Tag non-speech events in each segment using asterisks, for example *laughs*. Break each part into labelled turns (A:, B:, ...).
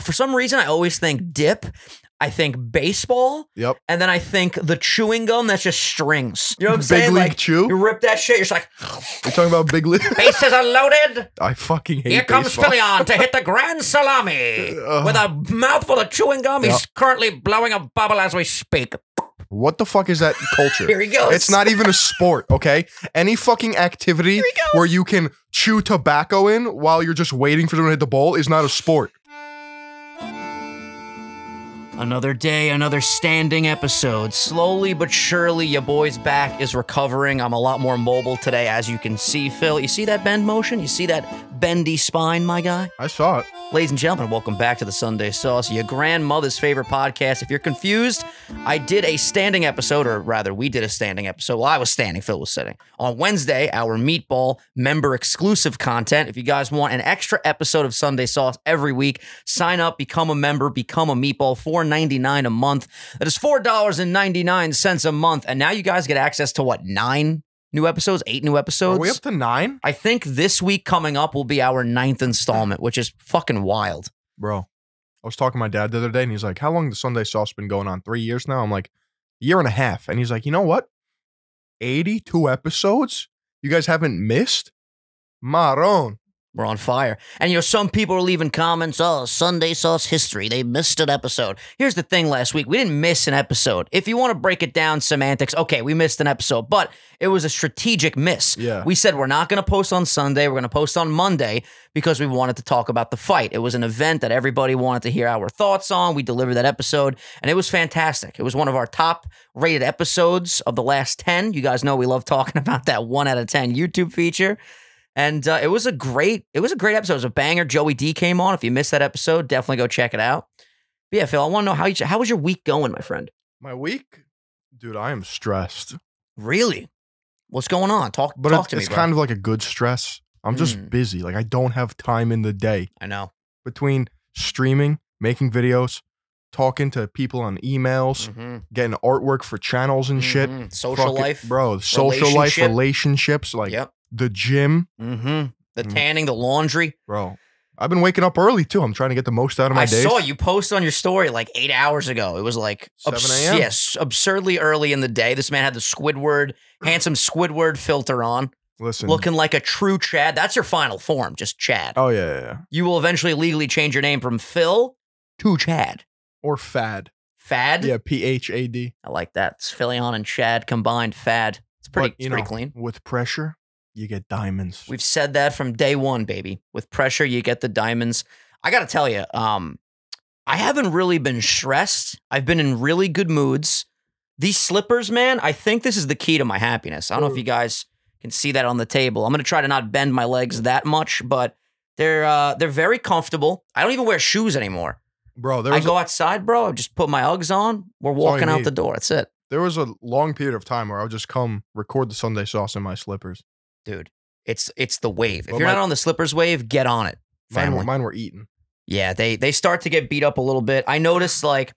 A: for some reason, I always think dip. I think baseball,
B: Yep.
A: and then I think the chewing gum that's just strings. You know what I'm
B: Big
A: saying?
B: League
A: like,
B: Chew?
A: You rip that shit. You're just like,
B: You're talking about
A: *laughs*
B: big league.
A: bases are
B: *laughs*
A: loaded.
B: I fucking hate
A: Here comes
B: baseball. Uh-huh.
A: Filion to
B: *laughs*
A: hit the grand salami with a mouthful of chewing gum. He's currently blowing a bubble as we speak.
B: What the fuck is that culture?
A: *laughs* Here he goes.
B: It's not even a sport, okay? Any fucking activity where you can chew tobacco in while you're just waiting for someone to hit the ball is not a sport.
A: Another day, another standing episode. Slowly but surely, your boy's back is recovering. I'm a lot more mobile today, as you can see, Phil. You see that bend motion? You see that bendy spine, my guy?
B: I saw it.
A: Ladies and gentlemen, welcome back to the Sunday Sauce, your grandmother's favorite podcast. If you're confused, I did a standing episode, or rather, we did a standing episode. Well, I was standing, Phil was sitting. On Wednesday, our meatball member exclusive content. If you guys want an extra episode of Sunday Sauce every week, sign up, become a member, become a meatball, $4.99 a month. That is $4.99 a month. And now you guys get access to what, nine new episodes, eight new
B: Are
A: episodes?
B: we up to nine?
A: I think this week coming up will be our ninth installment, which is fucking wild.
B: Bro, I was talking to my dad the other day and he's like, How long the Sunday sauce been going on? Three years now? I'm like, A year and a half. And he's like, You know what? 82 episodes? You guys haven't missed? Maron.
A: We're on fire. And you know, some people are leaving comments, oh, Sunday Sauce history. They missed an episode. Here's the thing last week we didn't miss an episode. If you want to break it down semantics, okay, we missed an episode, but it was a strategic miss.
B: Yeah.
A: We said we're not going to post on Sunday. We're going to post on Monday because we wanted to talk about the fight. It was an event that everybody wanted to hear our thoughts on. We delivered that episode and it was fantastic. It was one of our top rated episodes of the last 10. You guys know we love talking *laughs* about that one out of 10 YouTube feature. And uh, it was a great, it was a great episode. It was a banger. Joey D came on. If you missed that episode, definitely go check it out. But yeah, Phil, I want to know how you, how was your week going, my friend?
B: My week? Dude, I am stressed.
A: Really? What's going on? Talk,
B: But
A: talk
B: it's,
A: to me,
B: it's
A: bro.
B: kind of like a good stress. I'm just
A: Mm.
B: busy. Like I don't have time in the day
A: I know.
B: between streaming, making videos, talking to people on emails,
A: Mhm.
B: getting artwork for channels and shit.
A: Mhm. Social
B: Fucking-
A: life.
B: bro. Social life,
A: relationship.
B: relationships, like
A: yep.
B: the gym,
A: Mm-hmm. The
B: Mhm.
A: tanning, the laundry.
B: bro. I've been waking up early too. I'm trying to get the most out of my
A: I
B: days.
A: saw you post on your story like eight hours ago. It was like
B: 7 a.m.?
A: Yes, absurdly early in the day. This man had the
B: *sighs*
A: Squidward, handsome Squidward filter on,
B: Listen.
A: looking like a true Chad. That's your final form, just Chad.
B: oh yeah, yeah, yeah.
A: You will eventually legally change your name from Phil to Chad.
B: Or fad.
A: Fad.
B: Yeah, P H A D.
A: I like that. It's Philion and Chad combined. Fad. It's pretty.
B: But,
A: it's
B: you
A: pretty
B: know,
A: clean.
B: With pressure, you get diamonds.
A: We've said that from day one, baby. With pressure, you get the diamonds. I gotta tell you, um, I haven't really been stressed. I've been in really good moods. These slippers, man, I think this is the key to my happiness. I
B: Mm.
A: don't know if you guys can see that on the table. I'm gonna try to not bend my
B: Mm.
A: legs that much, but they're uh, they're very comfortable. I don't even wear shoes anymore.
B: bro, there
A: I
B: was, a,
A: go outside, bro. I just put my Uggs on. We're
B: all you
A: walking out
B: need.
A: the door. That's it,
B: there was a long period of time where I would just come record the Sunday sauce in my slippers.
A: dude. It's it's the wave. If
B: Well,
A: you're
B: my-
A: not on the slippers wave, get on it,
B: Mine
A: family.
B: were, mine were eaten.
A: Yeah, they they start to get beat up a little bit. I noticed like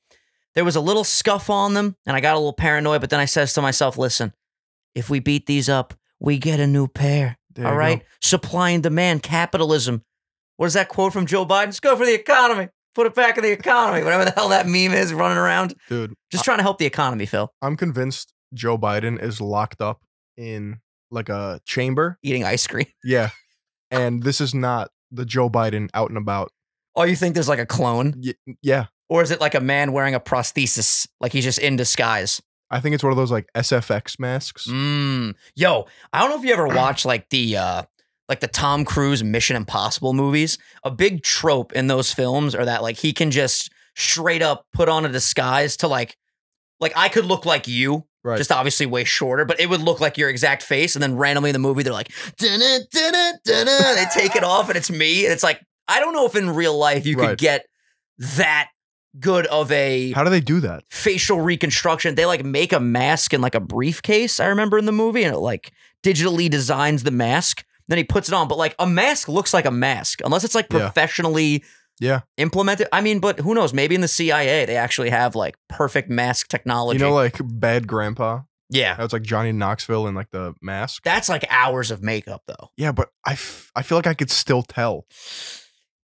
A: there was a little scuff on them, and I got a little paranoid. But then I says to myself, "Listen, if we beat these up, we get a new pair.
B: There
A: all
B: you go.
A: right, supply and demand, capitalism. What is that quote from Joe Biden? It's good for the economy. Put it back in the economy. Whatever the hell that meme is running around,
B: Dude,
A: just trying to help the economy, Phil.
B: I'm convinced Joe Biden is locked up in like a chamber.
A: Eating ice cream. *laughs*
B: Yeah. And this is not the Joe Biden out and about.
A: Oh, you think there's like a clone,
B: Y- yeah.
A: or is it like a man wearing a prosthesis, like he's just in disguise?
B: I think it's one of those like SFX masks.
A: Mm. Yo, I don't know if you
B: *clears throat*
A: ever watched like the uh like the Tom Cruise Mission Impossible movies. A big trope in those films are that like he can just straight up put on a disguise to like like I could look like you,
B: Right.
A: just obviously way shorter, but it would look like your exact face. And then randomly in the movie, they're like, "Dunna, dunna, dunna," they take it off and it's me. And it's like, I don't know if in real life you could
B: Right.
A: get that good of a
B: How do they do that?
A: facial reconstruction. They like make a mask in like a briefcase, I remember in the movie, and it like digitally designs the mask. Then he puts it on. But like a mask looks like a mask, unless it's like
B: Yeah.
A: professionally
B: Yeah.
A: implemented. I mean, but who knows? Maybe in the CIA they actually have like perfect mask technology.
B: You know, like Bad Grandpa?
A: yeah.
B: That's like Johnny Knoxville in like the mask.
A: That's like hours of makeup though.
B: Yeah, but I, f- I feel like I could still tell.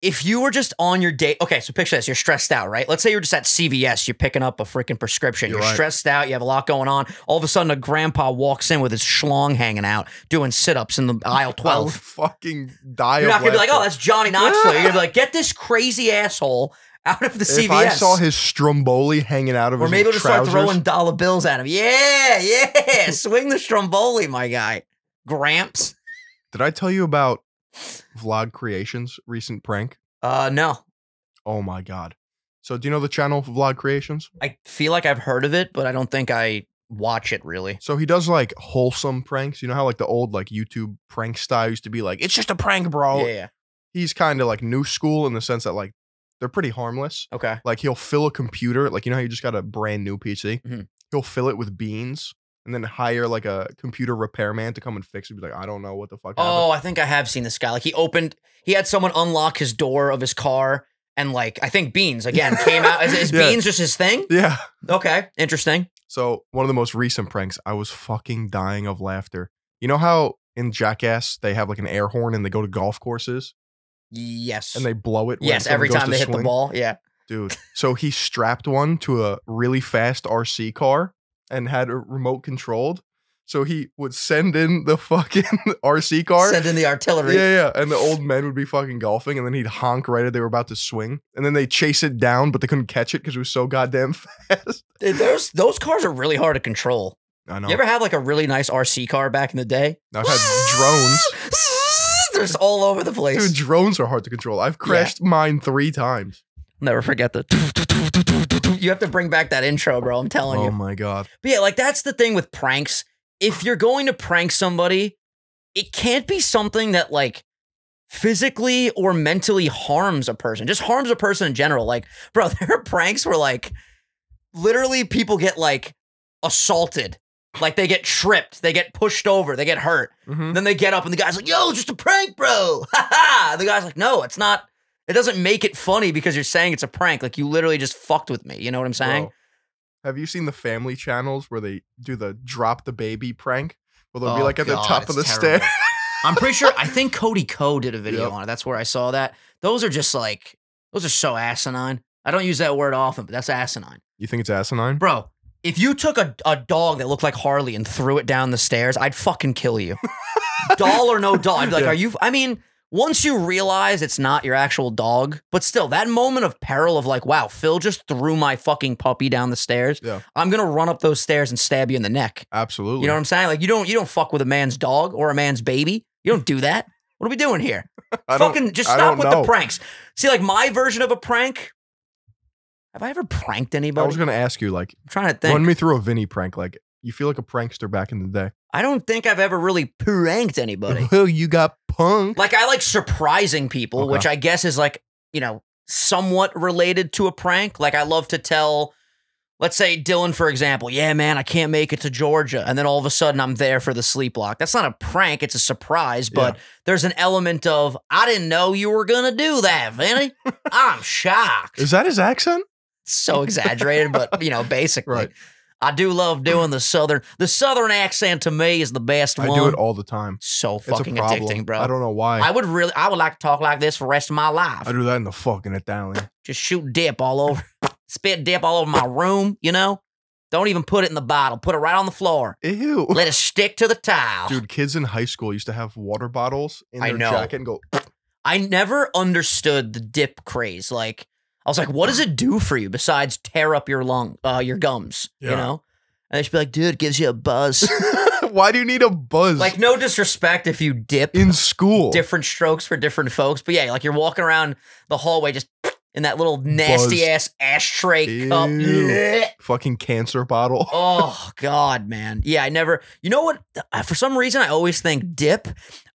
A: if you were just on your date, okay, so picture this, you're stressed out, right? Let's say you're just at CVS, you're picking up a freaking prescription, you're,
B: You're right.
A: stressed out, you have a lot going on. All of a sudden, a grandpa walks in with his schlong hanging out, doing sit ups in the aisle
B: *laughs* *laughs* I would
A: 12.
B: fucking die.
A: You're
B: of
A: not gonna be like,
B: laughter.
A: oh, that's Johnny Knoxville. You're gonna be like, get this crazy asshole out of the CVS.
B: If I saw his Stromboli hanging out of
A: or
B: his
A: maybe we'll just start
B: trousers,
A: throwing dollar bills at him. Yeah, yeah. *laughs* Swing the stromboli, my guy. Gramps.
B: did I tell you about Vlog Creations recent prank?
A: Uh no.
B: Oh my god! So do you know the channel Vlog Creations?
A: I feel like I've heard of it, but I don't think I watch it really.
B: So he does like wholesome pranks. You know how like the old like YouTube prank style used to be like, it's just a prank, bro.
A: yeah, yeah.
B: He's kind of like new school in the sense that like they're pretty harmless.
A: Okay.
B: Like he'll fill a computer, like you know how you just got a brand new PC.
A: Mhm.
B: He'll fill it with beans and then hire like a computer repairman to come and fix it. Be like, I don't know what the fuck. happened."
A: Oh, I think I have seen this guy. Like he opened, he had someone unlock his door of his car, and like I think Beans
B: *laughs*
A: again came out. Is, is
B: Yeah.
A: Beans just his thing?
B: yeah.
A: Okay, interesting.
B: So one of the most recent pranks, I was fucking dying of laughter. You know how in Jackass they have like an air horn and they go to golf courses
A: Yes.
B: and they blow it. when
A: yes,
B: someone
A: every
B: goes
A: time
B: to
A: they hit the
B: swing?
A: ball. Yeah.
B: dude. So he strapped one to a really fast RC car and had it remote controlled. So he would send in the fucking *laughs* RC car.
A: Send in the
B: yeah,
A: artillery.
B: yeah, and the old men would be fucking golfing, and then he'd honk right as they were about to swing, and then they chase it down, but they couldn't catch it because it was so goddamn *laughs* fast.
A: Dude, Those those cars are really hard to control.
B: I know.
A: You ever had like a really nice RC car back in the day?
B: I've had drones.
A: *laughs* They're just all over the place.
B: Dude, drones are hard to control. I've crashed mine three times.
A: Never forget the. *laughs* You have to bring back that intro, bro. I'm telling
B: Oh
A: you.
B: my god.
A: But yeah, like that's the thing with pranks. If you're going to prank somebody, it can't be something that like physically or mentally harms a person. Just harms a person in general. Like, *laughs* bro, there are pranks where like literally people get like assaulted. Like they get tripped, they get pushed over, they get hurt.
B: Mhm.
A: Then they get up and the guy's like, "Yo, just a prank, bro." *laughs* Ha ha. The guy's like, "No, it's not. It doesn't make it funny because you're saying it's a prank. Like you literally just fucked with me. You know what I'm saying?"
B: Bro, have you seen the family channels where they do the drop the baby prank? Where they'll be
A: Oh,
B: like at
A: God,
B: the top
A: it's
B: of the
A: terrible.
B: stairs. *laughs*
A: I'm pretty sure. I think Cody Co did a video
B: Yep.
A: on it. That's where I saw that. Those are just like those are so asinine. I don't use that word often, but that's asinine,
B: You think it's asinine?
A: bro. If you took a, a dog that looked like Harley and threw it down the stairs, I'd fucking kill you. doll or no doll, I'd be like,
B: Yeah.
A: are you? I mean, once you realize it's not your actual dog, but still, that moment of peril of like, wow, Phil just threw my fucking puppy down the stairs.
B: Yeah.
A: I'm gonna run up those stairs and stab you in the neck.
B: Absolutely.
A: You know what I'm saying? Like you don't you don't fuck with a man's dog or a man's baby. You don't do that. What are we doing here?
B: I don't-
A: Fucking just
B: I
A: stop
B: don't
A: with the
B: know.
A: pranks. See, like my version of a prank. Have I ever pranked
B: I
A: anybody?
B: was gonna ask you, like,
A: I'm trying to think.
B: run me through a Vinny prank. Like, you feel like a prankster back in the day.
A: I don't think I've ever really pranked anybody.
B: *laughs* Well, you got punk.
A: like I like surprising people,
B: Okay.
A: which I guess is like you know somewhat related to a prank. Like I love to tell. Let's say Dylan, for example, yeah, man, I can't make it to Georgia. And then all of a sudden I'm there for the sleep block. That's not a prank, it's a surprise, but there's an element of I didn't know you were gonna do that, Vinny.
B: *laughs*
A: I'm shocked.
B: Is that his accent?
A: so exaggerated, but you know, basically.
B: Right.
A: I do love doing
B: *clears throat*
A: the southern the southern accent to me is the best
B: I
A: one.
B: do it all the time.
A: so
B: It's
A: fucking
B: a problem.
A: addicting, bro.
B: I don't know why.
A: I
B: I,
A: would really I would like to talk like this for the rest of my life.
B: do that in the
A: *laughs*
B: fucking Italian.
A: Just shoot dip all over *laughs* spit dip all over my room, you know? Don't even put it in the bottle. Put it right on the floor.
B: Ew.
A: Let it stick to the tile.
B: Dude, kids in high school used to have water bottles in
A: I
B: their
A: know.
B: jacket and go, *laughs*
A: I never understood the dip craze. Like, I was like, what does it do for you besides tear up your lung, uh, your gums? You
B: Yeah.
A: know? And they should be like, dude, it gives you a
B: *laughs*
A: buzz.
B: Why do you need a buzz
A: like, no disrespect if you dip
B: in school?
A: different strokes for different folks, but yeah, like you're walking around the hallway just in that little nasty ass ashtray cup.
B: Ew.
A: Blech.
B: fucking cancer bottle.
A: *laughs* oh God, man. Yeah, I never. You know what? I- For some reason, I always think dip.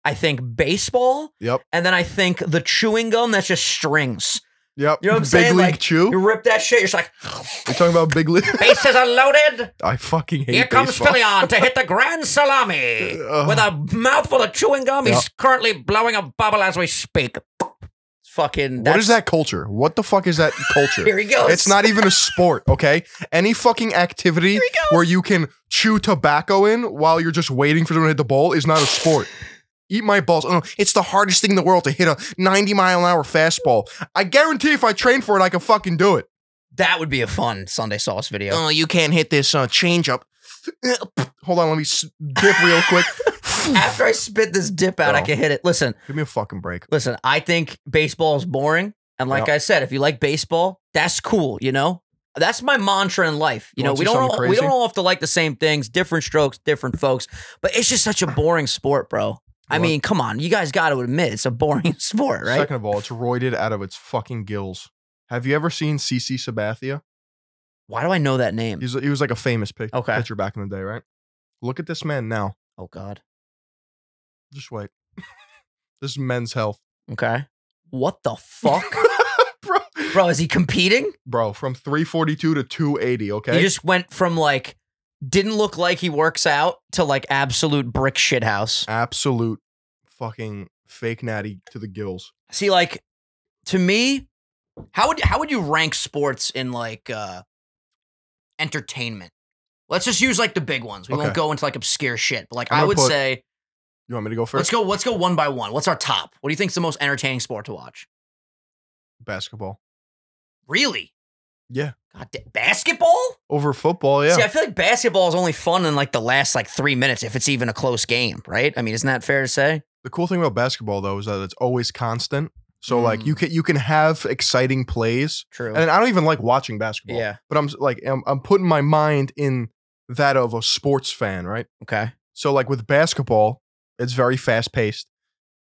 A: I think baseball,
B: Yep.
A: and then I think the chewing gum that's just strings.
B: *laughs* Yep.
A: You know what I'm
B: Big
A: saying?
B: League
A: Like,
B: Chew.
A: You
B: You're
A: rip that shit. You're just like
B: talking about Big League. *laughs*
A: bases are loaded.
B: I fucking *laughs* hate
A: Here comes
B: baseball. Uh.
A: Fillion to hit
B: *laughs*
A: the grand salami
B: Ugh.
A: with a mouthful of chewing gum. He's currently blowing a bubble as we speak. Fucking.
B: What
A: that's-
B: is that culture? What the
A: *laughs*
B: fuck is that
A: Here
B: culture?
A: he goes.
B: It's not even a sport, okay? Any fucking activity where you can chew tobacco in while you're just waiting for someone to hit the ball is not a sport. Eat my balls. Oh, it's the hardest thing in the world to hit a 90 mile an hour fastball. I guarantee if I train for it, I can fucking do it.
A: That would be a fun Sunday sauce video.
B: Oh, you can't hit this uh, change up. Hold on, let me s- dip real quick.
A: *laughs* After I spit this dip out, I
B: Bro.
A: can hit it. Listen,
B: Give me a fucking break.
A: listen, I think baseball is boring. And like
B: Yeah.
A: I said, if you like baseball, that's cool, you know? That's my mantra in life. You
B: You
A: know,
B: wanna
A: we
B: see
A: don't all,
B: something
A: we don't
B: crazy?
A: all have to like the same things, different strokes, different folks. But it's just such a boring sport, bro. I
B: What?
A: mean, come on, you guys got to admit it's a boring *laughs* sport, right?
B: Second of all, it's roided out of its fucking gills. Have you ever seen CC Sabathia?
A: Why do I know that name?
B: He's, he was like a famous pick,
A: Okay.
B: pitcher back in the day, right? Look at this man now.
A: oh God.
B: Just wait. *laughs* this is men's health.
A: Okay. What the fuck,
B: *laughs* bro,
A: bro? Is he competing?
B: bro, from 342 to 280, okay?
A: He just went from like didn't look like he works out to like absolute brick shit house.
B: Absolute fucking fake natty to the gills.
A: See, like to me, how would how would you rank sports in like uh entertainment? Let's just use like the big ones. We
B: Okay.
A: won't go into like obscure shit. But like
B: I'm
A: i
B: gonna
A: would
B: put
A: say,
B: You want me to go
A: let let's
B: first?
A: go. Let's go one by one. What's our top? What do you think's the most entertaining sport to watch?
B: Basketball.
A: Really?
B: Yeah.
A: God, da- basketball?
B: Over football, yeah.
A: See, I feel like basketball is only fun in like the last like three minutes if it's even a close game, right? I mean, isn't that fair to say?
B: The cool thing about basketball though is that it's always constant. So
A: Mm.
B: like you can you can have exciting plays.
A: True.
B: And I don't even like watching basketball.
A: yeah.
B: But I'm s- like I'm, I'm putting my mind in that of a sports fan, right?
A: Okay.
B: So like with basketball, it's very fast paced.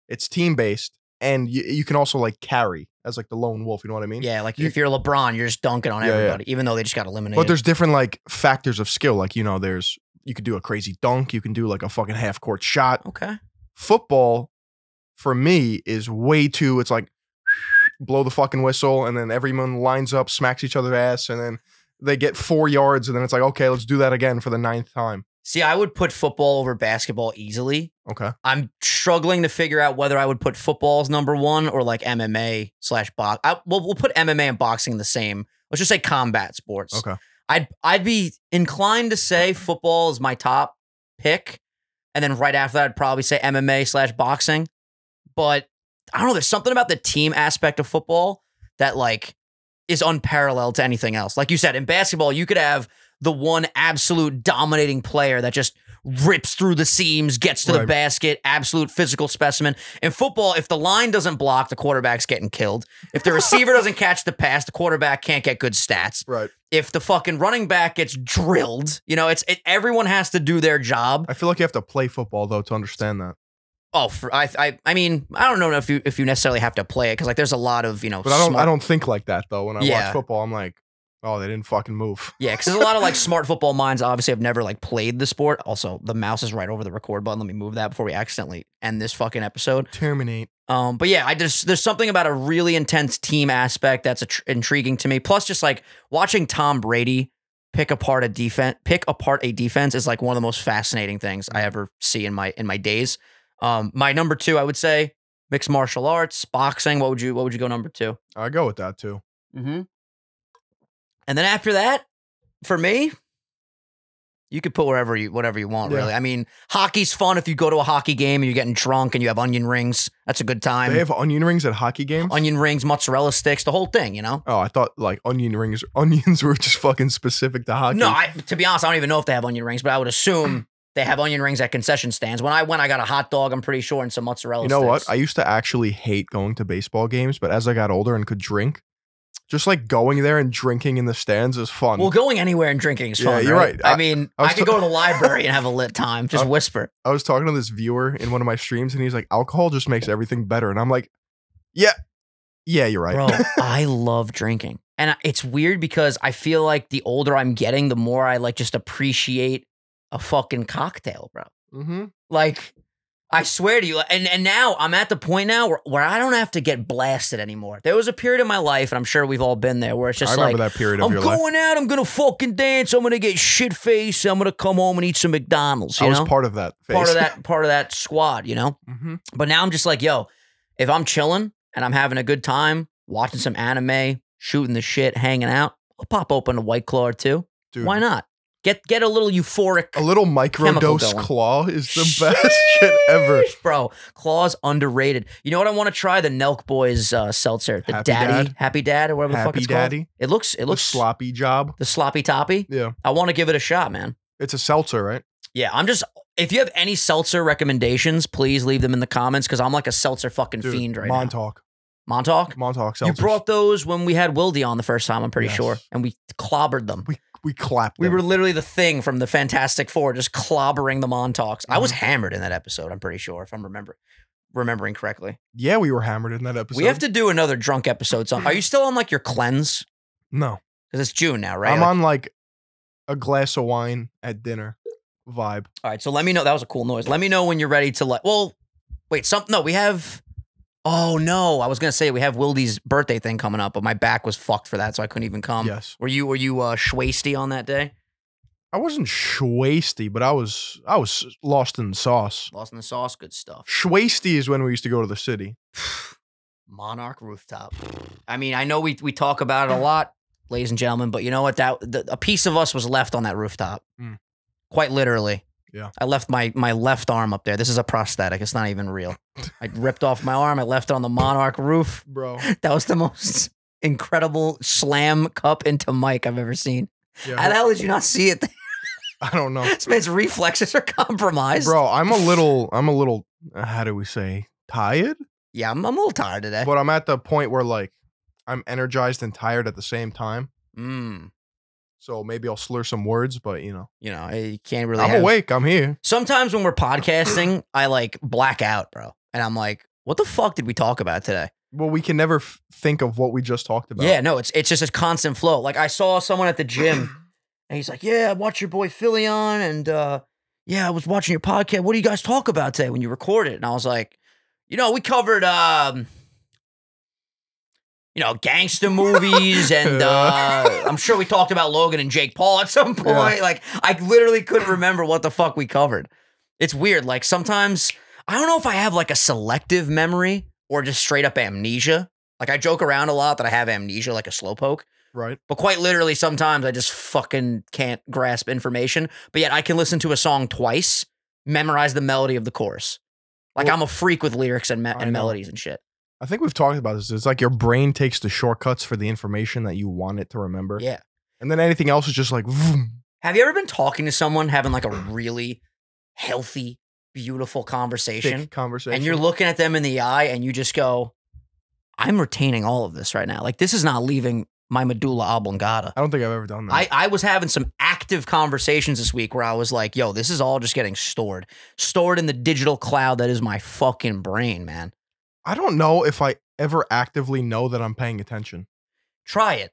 B: It's team based and you, you can also like carry as like the lone wolf, you know what I mean?
A: Yeah, like
B: You-
A: if you're LeBron, you're just dunking on
B: Yeah, yeah.
A: everybody, even though they just got eliminated.
B: But there's different like factors of skill. Like, you know, there's you could do a crazy dunk, you can do like a fucking half court shot.
A: okay.
B: Football for me is way too it's like blow the fucking whistle and then everyone lines up, smacks each other's ass, and then they get four yards and then it's like, okay, let's do that again for the ninth time.
A: See, I would put football over basketball easily.
B: Okay.
A: I'm struggling to figure out whether I would put football as number one or like MMA slash box. I, we'll, we'll put MMA and boxing in the same. Let's just say combat sports.
B: Okay.
A: I'd I'd be inclined to say football is my top pick, and then right after that, I'd probably say MMA slash boxing. But I don't know. There's something about the team aspect of football that like is unparalleled to anything else. Like you said, in basketball, you could have the one absolute dominating player that just rips through the seams, gets to the
B: Right.
A: basket, absolute physical specimen. In football, if the line doesn't block, the quarterback's getting killed. If the receiver
B: *laughs*
A: doesn't catch the pass, the quarterback can't get good stats
B: Right.
A: if the fucking running back gets drilled, you know, it's it, everyone has to do their job.
B: I feel like you have to play football though to understand that.
A: Oh, for, I, I I mean, I don't know if you if you necessarily have to play it because like there's a lot of you know,
B: But I don't
A: smart,
B: I don't think like that though. When I
A: Yeah.
B: watch football, I'm like, oh, they didn't fucking move.
A: yeah, because there's a lot of like smart football minds. Obviously, have never like played the sport. Also, the mouse is right over the record button. Let me move that before we accidentally end this fucking episode.
B: Terminate.
A: Um, but yeah, I just there's something about a really intense team aspect that's attr- intriguing to me. Plus, just like watching Tom Brady pick apart a defense, pick apart a defense is like one of the most fascinating things I ever see in my in my days. Um, my number two, I would say mixed martial arts, boxing. What would you What would you go number 2
B: I go with that too.
A: Mm-hmm. And then after that, for me, you could put wherever you whatever you want.
B: Yeah.
A: Really, I mean, hockey's fun if you go to a hockey game and you're getting drunk and you have onion rings. That's a good time
B: they have onion rings at hockey games.
A: onion rings, mozzarella sticks, the whole thing, you know?
B: oh, I thought like onion rings, *laughs* onions were just fucking specific to hockey.
A: No, I, to be honest, I don't even know if they have onion rings, but I would assume they have onion rings at concession stands. When I went, I got a hot dog, I'm pretty sure, and some mozzarella
B: you know what?
A: sticks.
B: I used to actually hate going to baseball games, but as I got older and could drink, just like going there and drinking in the stands is fun.
A: well, going anywhere and drinking is
B: Yeah,
A: fun.
B: you're
A: right.
B: right.
A: I,
B: I-
A: mean, I,
B: I was
A: could
B: ta-
A: go to the library and have a lit time. Just
B: *laughs* I-
A: whisper.
B: I was talking to this viewer in one of my streams, and he's like, "Alcohol just makes everything better," and I'm like, "Yeah, yeah, you're right."
A: Bro, I love drinking. And I- it's weird because I feel like the older I'm getting, the more I like just appreciate a fucking cocktail, bro.
B: mm-hmm.
A: Like, I swear to you, and and now I'm at the point now where, where I don't have to get blasted anymore. There was a period in my life, and I'm sure we've all been there, where it's
B: I
A: just like
B: remember that period of
A: I'm
B: your
A: going
B: life.
A: out, I'm gonna fucking dance, I'm gonna get shit faced, I'm gonna come home and eat some McDonald's. You
B: I was
A: know,
B: part of that phase.
A: part of that part of that squad. You know,
B: hmm
A: but now I'm just like, yo, if I'm chilling and I'm having a good time, watching some anime, shooting the shit, hanging out, I'll pop open a White Claw or two.
B: Dude,
A: Why not? Get get a little euphoric.
B: A little microdose
A: going.
B: claw
A: *laughs*
B: is the best *laughs* shit ever.
A: Sheesh, bro. Claws underrated. You know what I want to try? The Nelk Boys uh, seltzer, the
B: Happy
A: Daddy,
B: Dad.
A: Happy Dad, or whatever the fuck
B: Happy
A: it's called.
B: Daddy.
A: It looks, it
B: It
A: looks
B: looks sloppy job.
A: the sloppy toppy.
B: Yeah.
A: I want to give it a shot, man.
B: It's a seltzer, right?
A: Yeah, I'm just. If you have any seltzer recommendations, please leave them in the comments because I'm like a seltzer fucking
B: Dude,
A: fiend right
B: Montauk.
A: now. Montauk.
B: Montauk seltzer.
A: You brought those when we had Wildy on the first time. I'm pretty
B: Yes.
A: sure, and we clobbered them.
B: we we clapped.
A: We
B: them.
A: were literally the thing from the Fantastic Four, just clobbering the Montauk's. I
B: Mm-hmm.
A: was hammered in that episode. I'm pretty sure, if I'm remember remembering correctly.
B: Yeah, we were hammered in that episode.
A: We have to do another drunk episode. So, are you still on like your cleanse?
B: No.
A: Because it's June now, right?
B: I'm
A: Like-
B: on like a glass of wine at dinner vibe.
A: All right, so let me know. That was a cool noise. Let me know when you're ready to like. Well, wait. Some no, we have. Oh no, I was gonna say we have Wildy's birthday thing coming up, but my back was fucked for that, so I couldn't even come.
B: yes.
A: Were you were you uh schwasty on that day?
B: I wasn't schwasty, but I was I was lost in sauce.
A: Lost in the sauce, good stuff.
B: Schwasty is when we used to go to the city.
A: Monarch rooftop. I mean, I know we we talk about it a lot, ladies and gentlemen, but you know what? That the, a piece of us was left on that rooftop,
B: Mm.
A: quite literally.
B: Yeah.
A: I left my my left arm up there. This is a prosthetic. It's not even real. I ripped off my arm. I left it on the Monarch roof. *laughs*
B: Bro.
A: That was the most incredible slam cup into Mike I've ever seen. How the
B: Yeah,
A: hell did you not see it?
B: I don't
A: *laughs*
B: know.
A: this man's reflexes are compromised.
B: Bro, I'm
A: *laughs*
B: a little I'm a little uh, how do we say tired?
A: Yeah, I'm, I'm a little tired today.
B: But I'm at the point where like I'm energized and tired at the same time.
A: Mm,
B: So maybe I'll slur some words, but you know.
A: you know, you can't really.
B: I'm
A: have-
B: awake, I'm here.
A: Sometimes when we're podcasting, I like black out, bro, and I'm like, "What the fuck did we talk about today?"
B: Well, we can never f- think of what we just talked about.
A: Yeah, no, it's it's just a constant flow. Like I saw someone at the gym, and he's like, "Yeah, I watched your boy Philly on, and uh, yeah, I was watching your podcast. What do you guys talk about today when you recorded?" And I was like, "You know, we covered um, you know, gangster movies, and uh, I'm sure we talked about Logan and Jake Paul at some point.
B: Yeah.
A: Like, I literally couldn't remember what the fuck we covered. It's weird. Like sometimes I don't know if I have like a selective memory or just straight up amnesia." Like I joke around a lot that I have amnesia like a slowpoke,
B: Right.
A: but quite literally, sometimes I just fucking can't grasp information. But yet I can listen to a song twice, memorize the melody of the chorus. Like
B: Well-
A: I'm a freak with lyrics and, me-
B: I
A: and
B: know.
A: melodies and shit.
B: I think we've talked about this. It's like your brain takes the shortcuts for the information that you want it to remember.
A: Yeah.
B: And then anything else is just like, vroom.
A: Have you ever been talking to someone having like a really healthy, beautiful conversation,
B: thick conversation.
A: and you're looking at them in the eye and you just go, "I'm retaining all of this right now. Like this is not leaving my medulla oblongata."
B: I don't think I've ever done that.
A: I, I was having some active conversations this week where I was like, yo, this is all just getting stored, stored in the digital cloud that is my fucking brain, man.
B: I don't know if I ever actively know that I'm paying attention.
A: Try it.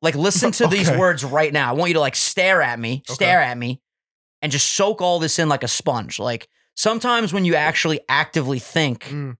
A: Like, listen
B: *laughs*
A: to these
B: Okay.
A: words right now. I want you to like stare at me,
B: Okay.
A: stare at me, and just soak all this in like a sponge. Like, sometimes when you actually actively think
B: Mm.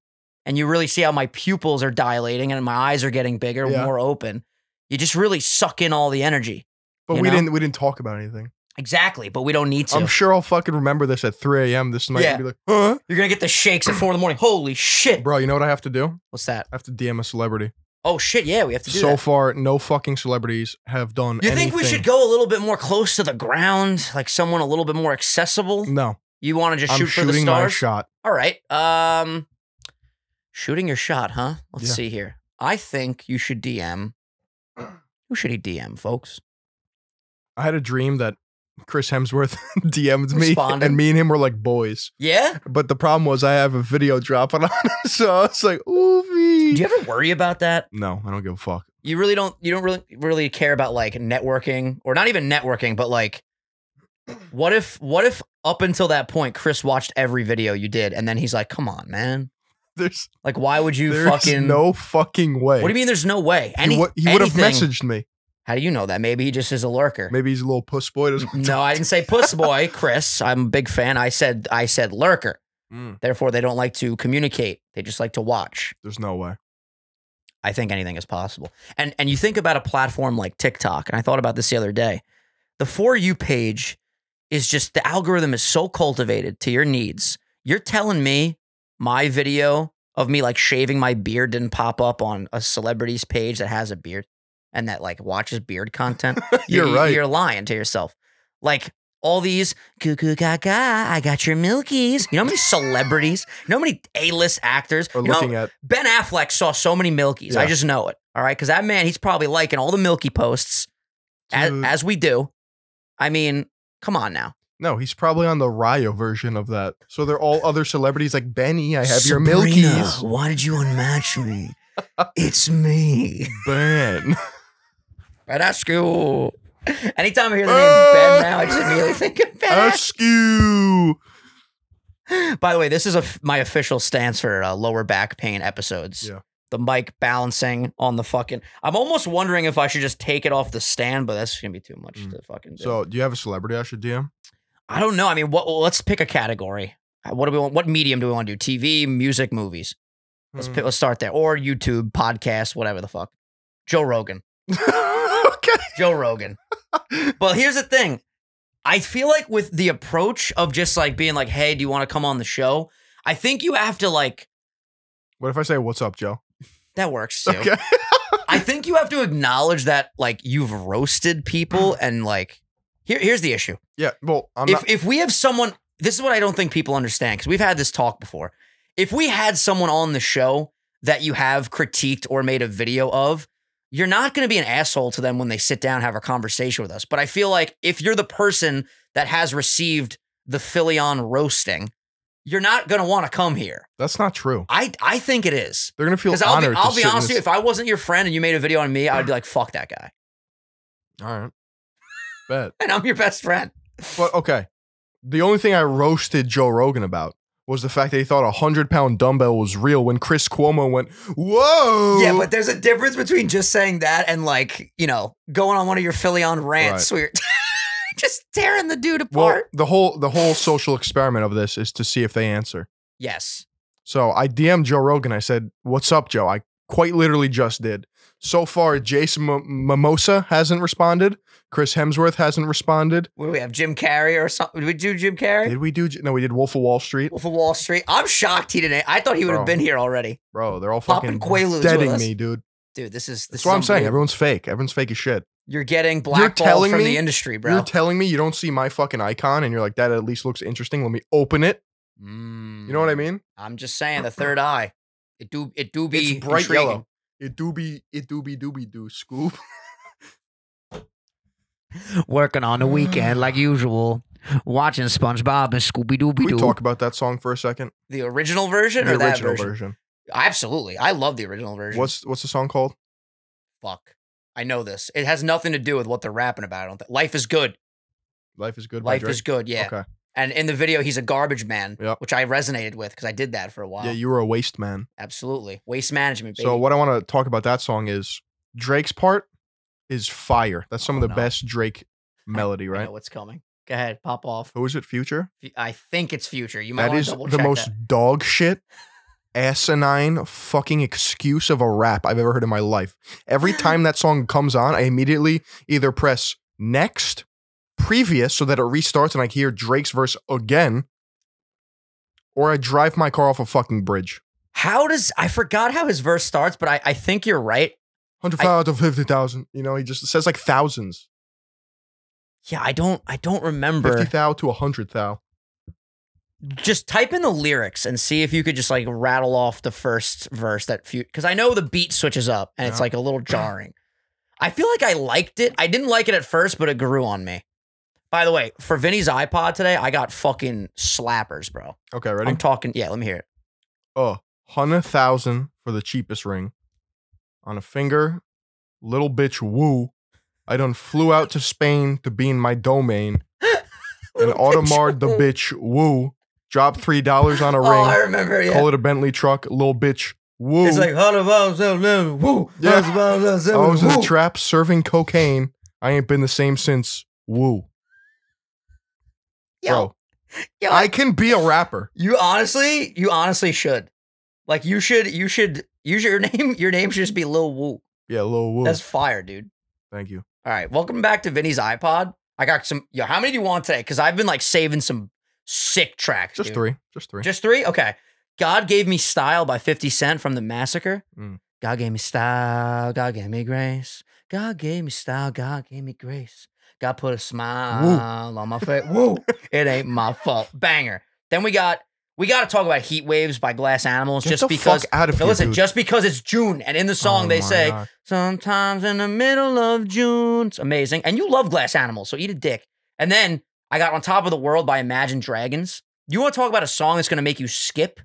A: and you really see how my pupils are dilating and my eyes are getting bigger,
B: Yeah.
A: more open, you just really suck in all the energy.
B: But
A: You
B: we
A: know?
B: didn't we didn't talk about anything.
A: Exactly, but we don't need to.
B: I'm sure I'll fucking remember this at 3 a.m. this night
A: Yeah.
B: and be like, huh?
A: You're gonna get the shakes at four in the morning. Holy shit.
B: Bro, you know what I have to do? I
A: What's that?
B: have to DM a celebrity.
A: Oh shit, yeah, we have to do
B: So
A: that.
B: far, no fucking celebrities have done
A: You think we
B: anything.
A: should go a little bit more close to the ground, like someone a little bit more accessible?
B: No.
A: You want to just
B: I'm
A: shoot for the
B: shooting my
A: stars?
B: shot.
A: All right. Um shooting your shot, huh? Let's
B: Yeah.
A: see here. I think you should
B: *clears throat*
A: DM. Who should he DM, folks?
B: I had a dream that Chris Hemsworth *laughs* DM'd me,
A: Responded.
B: and me and him were like boys. *laughs*
A: Yeah?
B: But the problem was I have a video dropping on *laughs* it, so I was like,
A: Do you
B: "Oofy."
A: ever worry about that?
B: No, I don't give a fuck.
A: You really don't you don't really really care about like networking or not even networking, but like what if what if up until that point Chris watched every video you did and then he's like, "Come on, man.
B: There's,
A: Like why would you
B: there's
A: fucking
B: no fucking way.
A: What do you mean there's no way? Any,
B: he, wa- he would have
A: anything-
B: messaged me.
A: How do you know that? Maybe he just is a lurker.
B: Maybe he's a little puss boy. doesn't-
A: No, I didn't say puss boy, Chris. I'm a big fan. I said I said lurker.
B: Mm,
A: Therefore, they don't like to communicate. They just like to watch.
B: there's no way.
A: I think anything is possible. And and you think about a platform like TikTok, and I thought about this the other day. The for you page is just the algorithm is so cultivated to your needs. You're telling me my video of me like shaving my beard didn't pop up on a celebrity's page that has a beard and that like watches beard content.
B: *laughs* You're right.
A: You're lying to yourself. Like all these cuckoo caca, I got your milkies. You know how many celebrities, you know how many A-list actors,
B: Or
A: you know,
B: looking at
A: Ben Affleck saw so many milkies. I
B: Yeah.
A: just know it. All right, because that man, he's probably liking all the milky posts as,
B: Dude.
A: as we do. I mean, come on now.
B: no, he's probably on the Ryo version of that. So they're all other celebrities like Benny. I have
A: Sabrina,
B: your milkies.
A: Why did you unmatch me? it's me.
B: *laughs* Ben.
A: *laughs* Right at school. Anytime I hear the
B: *laughs*
A: name Ben now, I just immediately think of Ben.
B: Askew.
A: By the way, this is a, my official stance for uh, lower back pain episodes.
B: Yeah.
A: The mic balancing on the fucking. I'm almost wondering if I should just take it off the stand, but that's gonna be too much
B: Mm.
A: to fucking do.
B: So do you have a celebrity I should DM?
A: I don't know. I mean, what? well, Let's pick a category. Uh, What do we want? What medium do we want to do? TV, music, movies. Let's
B: Hmm.
A: pick, let's start there, or YouTube, podcast, whatever the fuck. Joe Rogan.
B: *laughs* okay.
A: Joe Rogan.
B: *laughs*
A: Well, here's the thing. I feel like with the approach of just like being like, "Hey, do you want to come on the show?" I think you have to like
B: What if I say, "What's up, Joe"?
A: that works too.
B: Okay. *laughs*
A: I think you have to acknowledge that like you've roasted people
B: Hmm.
A: and like here here's the issue.
B: Yeah. Well, I'm
A: if
B: not.
A: if we have someone this is what I don't think people understand because we've had this talk before. If we had someone on the show that you have critiqued or made a video of, you're not going to be an asshole to them when they sit down and have a conversation with us. But I feel like if you're the person that has received the Philion roasting, you're not going to want to come here.
B: That's not true.
A: I I think it is.
B: They're gonna feel
A: Because I'll be,
B: honored.
A: I'll
B: to
A: be
B: sit in
A: honest with you,
B: this-
A: if I wasn't your friend and you made a video on me, I'd be like, fuck that guy. *laughs*
B: *laughs* All right. Bet.
A: And I'm your best friend.
B: But okay. The only thing I roasted Joe Rogan about was the fact that he thought a hundred pound dumbbell was real when Chris Cuomo went, Whoa.
A: Yeah, but there's a difference between just saying that and like, you know, going on one of your Philion rants where you're *laughs* just tearing the dude
B: well,
A: apart.
B: the whole the whole social experiment of this is to see if they answer.
A: yes.
B: So I DM'd Joe Rogan. I said, What's up, Joe? I quite literally just did. So far, Jason Mo- Mimosa hasn't responded. Chris Hemsworth hasn't responded.
A: What do we have? Jim Carrey or something? Did we do Jim Carrey?
B: Did we do? J- No, we did Wolf of Wall Street.
A: Wolf of Wall Street. I'm shocked he didn't. I thought he would have
B: Bro.
A: been here already.
B: Bro, they're all
A: Popping
B: fucking
A: Quaaludes with
B: deading
A: us.
B: me, dude.
A: Dude, this is this
B: That's
A: is
B: what I'm saying.
A: unbelievable.
B: Everyone's fake. Everyone's fake as shit.
A: You're getting blackballed
B: telling
A: from
B: me
A: the industry, bro.
B: You're telling me you don't see my fucking icon and you're like, that at least looks interesting. Let me open it. You know what I
A: Mm.
B: mean?
A: I'm just saying
B: *clears throat*
A: the third eye. It do it do be
B: It's bright
A: intriguing.
B: yellow. It do be, it do be, do be, do scoop.
A: working on
B: the weekend *sighs*
A: like usual, watching SpongeBob and Scooby
B: Can
A: Dooby
B: we talk about that song for a second?
A: The original version
B: the
A: or that
B: original
A: version? Absolutely, I love the original version.
B: What's what's the song called?
A: fuck? I know this. It has nothing to do with what they're rapping about. I don't think. Life is good.
B: Life is good. by
A: Life
B: Drake?
A: is good. Yeah.
B: Okay.
A: And in the video, he's a garbage man,
B: Yep.
A: which I resonated with because I did that for a while.
B: Yeah, you were a waste man.
A: Absolutely, waste management. Baby.
B: So what I want to talk about that song is Drake's part is fire. That's some
A: Oh,
B: of the
A: no.
B: best Drake melody,
A: I know
B: right?
A: what's coming? Go ahead, pop off.
B: Who is it? Future.
A: F- I think it's future. You might
B: That
A: want
B: is
A: to double
B: the
A: check
B: most
A: that.
B: dog shit, asinine fucking excuse of a rap I've ever heard in my life.
A: *laughs*
B: Every time that song comes on, I immediately either press next, previous, so that it restarts and I hear Drake's verse again, or I drive my car off a fucking bridge.
A: How does I forgot how his verse starts, but I, I think you're right.
B: 150,000. You know, he just says like thousands.
A: Yeah, I don't I don't remember.
B: 50,000 to 100,000.
A: just type in the lyrics and see if you could just like rattle off the first verse that few because I know the beat switches up and it's
B: Yeah.
A: like a little jarring. I feel like I liked it. I didn't like it at first, but it grew on me. By the way, for Vinny's iPod today, I got fucking slappers, bro.
B: Okay, ready?
A: I'm talking. Yeah, let me hear it.
B: Oh, hundred thousand for the cheapest ring. On a finger, little bitch woo. I done flew out to Spain to be in
A: *laughs*
B: my domain and Audemars the bitch woo. Drop three dollars on a
A: Oh,
B: ring.
A: I remember. Yeah,
B: Call it a Bentley truck. Little bitch woo.
A: it's like hundred miles, woo.
B: Yeah.
A: hundred miles,
B: I was in
A: woo.
B: the trap serving cocaine. I ain't been the same since woo.
A: Yo,
B: Bro,
A: yo,
B: I can be a rapper.
A: You honestly, you honestly should. Like you should, you should, use your *laughs* name. Your name should just be Lil Woo.
B: Yeah, little woo.
A: That's fire, dude.
B: Thank you.
A: All right, welcome back to Vinny's iPod. I got some. Yo, how many do you want today? Because I've been like saving some sick tracks.
B: Just
A: dude.
B: three. Just three.
A: Just three. Okay. God gave me style by Fifty Cent from the Massacre.
B: Mm.
A: God gave me style. God gave me grace. God gave me style. God gave me grace. God put a smile on
B: *laughs*
A: my face. Woo! It ain't my fault. Banger. Then we got we got to talk about Heat Waves by Glass Animals
B: Get
A: just
B: the
A: because.
B: fuck out of
A: Now
B: here,
A: listen,
B: dude.
A: just because it's June and in the song
B: Oh
A: they
B: my
A: say
B: God.
A: sometimes in the middle of June. It's amazing, and you love Glass Animals, so eat a dick. And then I got on top of the world by Imagine Dragons. You want to talk about a song that's going to make you skip?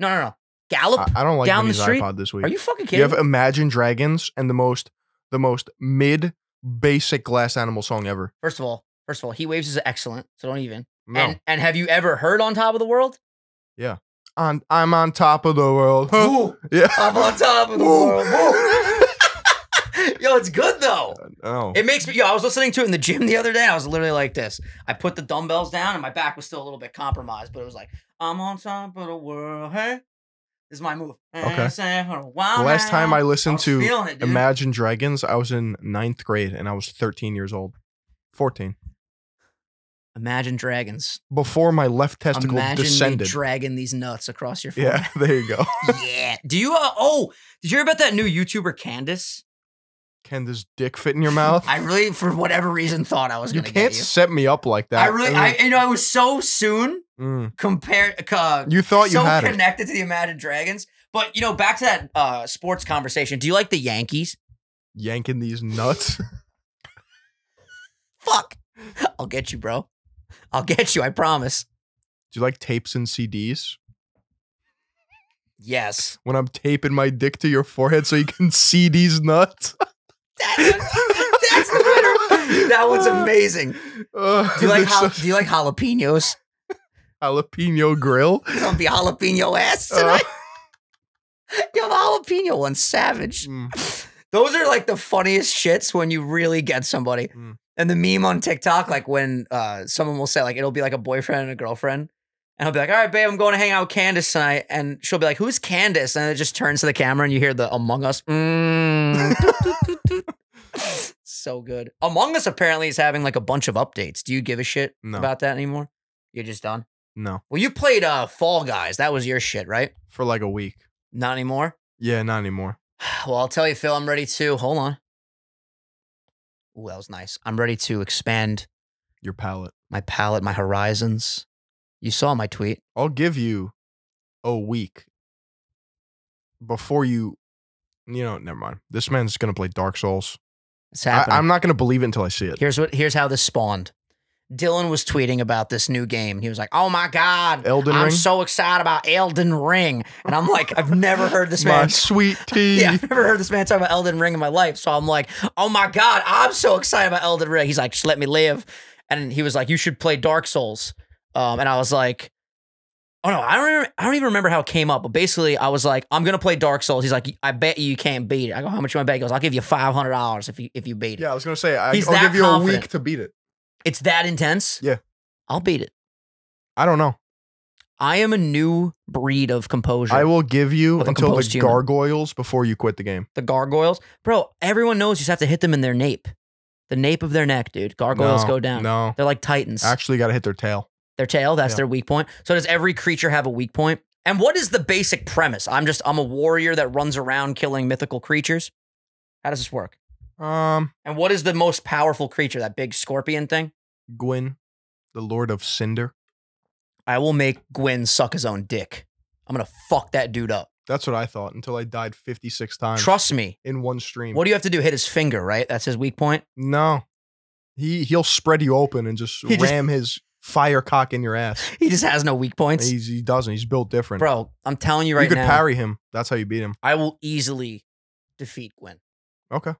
A: No, no, no. Gallop.
B: I, I don't like
A: down the
B: Vinny's
A: street?
B: iPod this week.
A: Are you fucking
B: Uh, You
A: kidding?
B: have
A: me?
B: Imagine Dragons and the most the most mid basic glass animal song ever.
A: first of all, first of all, Heat Waves is excellent, so don't even.
B: No.
A: And and have you ever heard on top of the world?
B: on, I'm on top of the world. Huh.
A: Ooh,
B: *laughs* Yeah.
A: I'm on top of the
B: Ooh.
A: world. Ooh. *laughs* Yo, it's good though.
B: *laughs* Oh.
A: It makes me. Yo, I was listening to it in the gym the other day. And I was literally like this. I put the dumbbells down, and my back was still a little bit compromised, but it was like I'm on top of the world. Hey, this is my move.
B: Okay.
A: The
B: the last time I listened
A: was
B: to
A: feeling it, dude.
B: Imagine Dragons, I was in ninth grade and I was 13 years old. 14.
A: Imagine Dragons.
B: Before my left testicle
A: Imagine me
B: descended.
A: dragging these nuts across your.
B: *laughs* yeah, there
A: *laughs*
B: you go.
A: forehead. yeah. Do you? Uh, oh, did you hear about that new YouTuber Candace?
B: Can this dick fit in your mouth?
A: I really, for whatever reason, thought I was
B: you
A: going to
B: can't
A: get you.
B: set me up like that.
A: I really, I,
B: mean,
A: you know, I was so soon
B: mm.
A: compared. Uh,
B: You thought you
A: so
B: had it.
A: connected to the Imagine Dragons. But you know, back to that uh, sports conversation. Do you like the Yankees?
B: Yanking these nuts. *laughs*
A: Fuck, *laughs* I'll get you, bro. I'll get you. I promise.
B: Do you like tapes and CDs?
A: Yes.
B: When I'm taping my dick to your forehead so you can *laughs* see these nuts.
A: That's, that's the winner. That one's amazing.
B: Uh,
A: *laughs*
B: *laughs*
A: Do you like
B: there's
A: jal-
B: a
A: do you like jalapenos?
B: jalapeno grill?
A: It's gonna be jalapeno ass
B: Uh,
A: tonight. Yo, the jalapeno one's savage.
B: mm.
A: *laughs* Those are like the funniest shits when you really get somebody.
B: Mm.
A: And the meme on TikTok, like when uh, someone will say, like, it'll be like a boyfriend and a girlfriend. And I'll be like, all right, babe, I'm going to hang out with Candace tonight. And she'll be like, who's Candace? And it just turns to the camera and you hear the Among Us. Mm. Toot, toot, toot, toot. *laughs* so good. Among Us apparently is having like a bunch of updates. Do you give a shit
B: No.
A: about that anymore? You're just done.
B: No,
A: Well, you played uh, Fall Guys. That was your shit, right?
B: for like a week.
A: Not anymore.
B: Yeah, not anymore.
A: Well, I'll tell you, Phil, I'm ready to. Hold on. Ooh, that was nice. I'm ready to expand
B: Your palate.
A: my palette, my horizons. You saw my tweet.
B: I'll give you a week before you. You know, never mind. This man's gonna play Dark Souls.
A: It's
B: I,
A: happening.
B: I'm not gonna believe it until I see it.
A: here's what. Here's how this spawned. Dylan was tweeting about this new game. He was like, "Oh my god,
B: Elden
A: I'm
B: Ring.
A: so excited about Elden Ring," and I'm like, "I've never heard this
B: *laughs* My
A: man."
B: sweet
A: *laughs*
B: tea.
A: Yeah, I've never heard this man talk about Elden Ring in my life. So I'm like, oh my God, I'm so excited about Elden Ring. He's like, just let me live. And he was like, you should play Dark Souls. Um, and I was like, oh no, I don't, remember, I don't even remember how it came up. But basically, I was like, I'm going to play Dark Souls. He's like, I bet you can't beat it. I go, how much you want to bet? He goes, I'll give you $500 if you, if you beat it.
B: Yeah, I was gonna say I,
A: He's
B: I'll
A: that
B: give you a
A: confident.
B: week to beat it.
A: It's that intense?
B: Yeah.
A: I'll beat it.
B: I don't know.
A: I am a new breed of composure.
B: I will give you
A: Of a
B: until the
A: composed human.
B: gargoyles before you quit the game.
A: the gargoyles. Bro, everyone knows you just have to hit them in their nape. The nape of their neck, dude. Gargoyles
B: No,
A: go down.
B: No,
A: They're like titans.
B: actually, got to hit their tail.
A: Their tail, that's
B: Yeah.
A: their weak point. So does every creature have a weak point? And what is the basic premise? I'm just I'm a warrior that runs around killing mythical creatures. How does this work?
B: Um,
A: And what is the most powerful creature? That big scorpion thing?
B: Gwyn, the Lord of Cinder.
A: I will make Gwyn suck his own dick. I'm gonna fuck that dude up.
B: That's what I thought until I died 56 times
A: Trust me.
B: in one stream.
A: What do you have to do? Hit his finger, right? That's his weak point. *laughs*
B: No, he he'll spread you open and just
A: *laughs* He just-
B: ram his fire cock in your ass.
A: He just has no weak points.
B: He's, he doesn't. He's built different.
A: Bro, I'm telling you
B: you
A: right
B: could
A: now,
B: parry him. That's how you beat him.
A: I will easily defeat Gwyn.
B: Okay.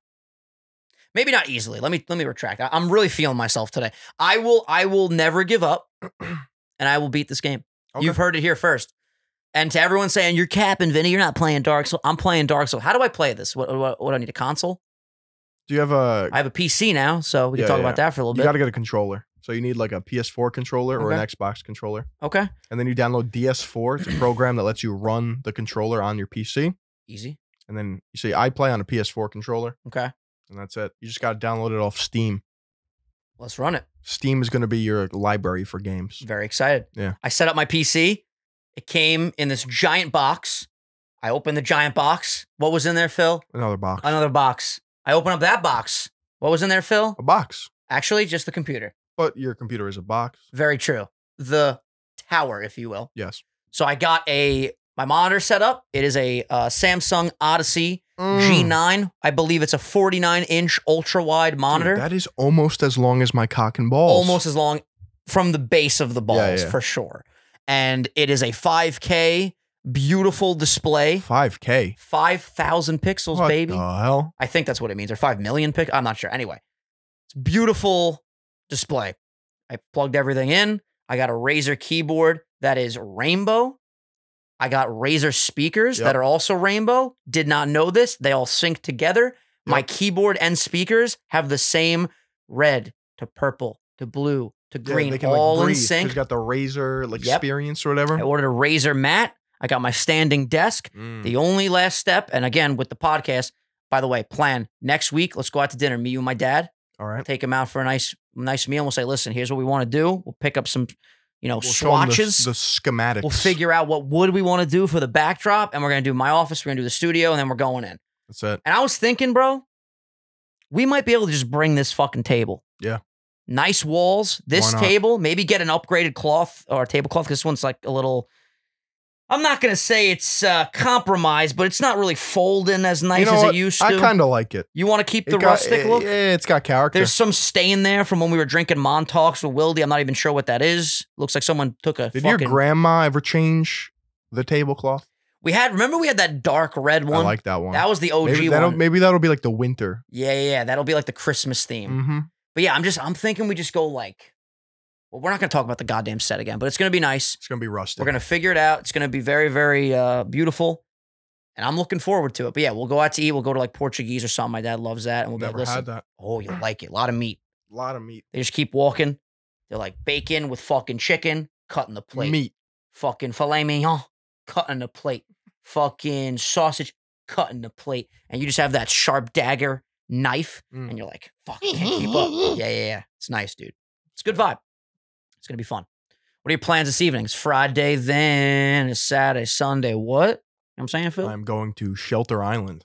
A: maybe not easily. Let me let me retract. I, am really feeling myself today. I will I will never give up, *clears throat* and I will beat this game.
B: Okay.
A: You've heard it here first. And to everyone saying you're capping, Vinny, you're not playing Dark Souls. I'm playing Dark Souls. How do I play this? What what, what do I need a console?
B: Do you have a?
A: I have a PC now, so we can
B: Yeah,
A: talk
B: yeah.
A: about that for a little
B: you
A: bit.
B: got to get a controller. So you need like a PS4 controller or an
A: Okay.
B: Xbox controller,
A: okay,
B: and then you download DS4.
A: *clears throat*
B: It's a program that lets you run the controller on your PC,
A: easy.
B: and then you say I play on a PS4 controller,
A: Okay,
B: and that's it. You just got to download it off Steam.
A: let's run it.
B: Steam is going to be your library for games.
A: Very excited.
B: Yeah.
A: I set up my PC. It came in this giant box. I opened the giant box. What was in there, Phil?
B: Another box.
A: Another box. I opened up that box. What was in there, Phil?
B: a box.
A: Actually, just the computer.
B: But your computer is a box.
A: Very true. The tower, if you will.
B: Yes.
A: So I got a my monitor set up. It is a uh, Samsung Odyssey
B: Mm.
A: G9. I believe it's a 49 inch ultra wide monitor,
B: that is almost as long as my cock and balls.
A: almost as long from the base of the balls
B: Yeah, yeah.
A: for sure. And it is a 5K beautiful display,
B: 5K.
A: 5,000 pixels,
B: what
A: baby.
B: the hell?
A: I think that's what it means, or five million pick. I'm not sure. Anyway, it's beautiful display. I plugged everything in. I got a Razer keyboard that is rainbow. I got Razer speakers
B: Yep.
A: that are also rainbow. Did not know this. They all sync together. My
B: Yep.
A: keyboard and speakers have the same red to purple to blue to
B: Yeah,
A: green,
B: they can, like,
A: all in
B: breathe.
A: sync.
B: He's got the razor like
A: Yep.
B: experience or whatever.
A: I ordered a Razer mat. I got my standing desk.
B: Mm.
A: The only last step, and again with the podcast, by the way, plan next week. Let's go out to dinner. Me, you, and my dad.
B: All right.
A: Take him out for a nice, nice meal. and We'll say, listen, here's what we want to do. We'll pick up some, you know,
B: We'll show 'em the-
A: swatches.
B: The, schematics.
A: we'll figure out what wood we want to do for the backdrop, and we're gonna do my office. We're gonna do the studio, and then we're going in.
B: That's it.
A: And I was thinking, bro, we might be able to just bring this fucking table.
B: Yeah.
A: Nice walls. This
B: Why not?
A: table, maybe get an upgraded cloth or tablecloth. 'cause This one's like a little. I'm not gonna say it's uh, compromised, but it's not really folding as nice
B: know
A: as
B: what?
A: it used to.
B: I kind of like it.
A: you want to keep
B: It
A: the
B: got-
A: rustic
B: it-
A: look.
B: Yeah, it's got character.
A: There's some stain there from when we were drinking Montauk's with Wildy. I'm not even sure what that is. Looks like someone took a
B: Did your
A: fucking.
B: grandma ever change the tablecloth?
A: we had remember we had that dark red
B: I
A: one.
B: like that one.
A: that was the OG
B: maybe that'll
A: one.
B: maybe that'll be like the winter.
A: yeah, yeah, yeah. That'll be like the Christmas theme.
B: Mm-hmm.
A: But yeah, I'm just I'm thinking we just go like well, we're not gonna talk about the goddamn set again, but it's gonna be nice.
B: It's gonna be rustic.
A: We're gonna figure it out. It's gonna be very, very uh, beautiful. And I'm looking forward to it. But yeah, we'll go out to eat. We'll go to like Portuguese or something. My dad loves that. And we'll
B: never
A: be like, listen,
B: had that.
A: oh, you'll like it. A lot of meat.
B: A lot of meat.
A: They just keep walking. They're like bacon with fucking chicken, cutting the plate.
B: Meat.
A: Fucking filet mignon, cutting the plate. Fucking sausage, cutting the plate. And you just have that sharp dagger knife and
B: Mm.
A: you're like, fuck, I can't keep
B: *laughs*
A: up. Yeah, yeah, yeah. It's nice, dude. It's a good vibe. It's gonna be fun. What are your plans this evening? It's Friday, then it's Saturday, Sunday. What? You know what I'm saying, Phil?
B: I'm going to Shelter Island.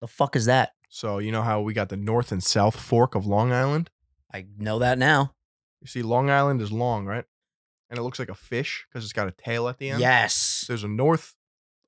A: the fuck is that?
B: So you know how we got the north and south fork of Long Island.
A: I know that now.
B: You see, Long Island is long, right? And it looks like a fish because it's got a tail at the end.
A: Yes.
B: There's a north,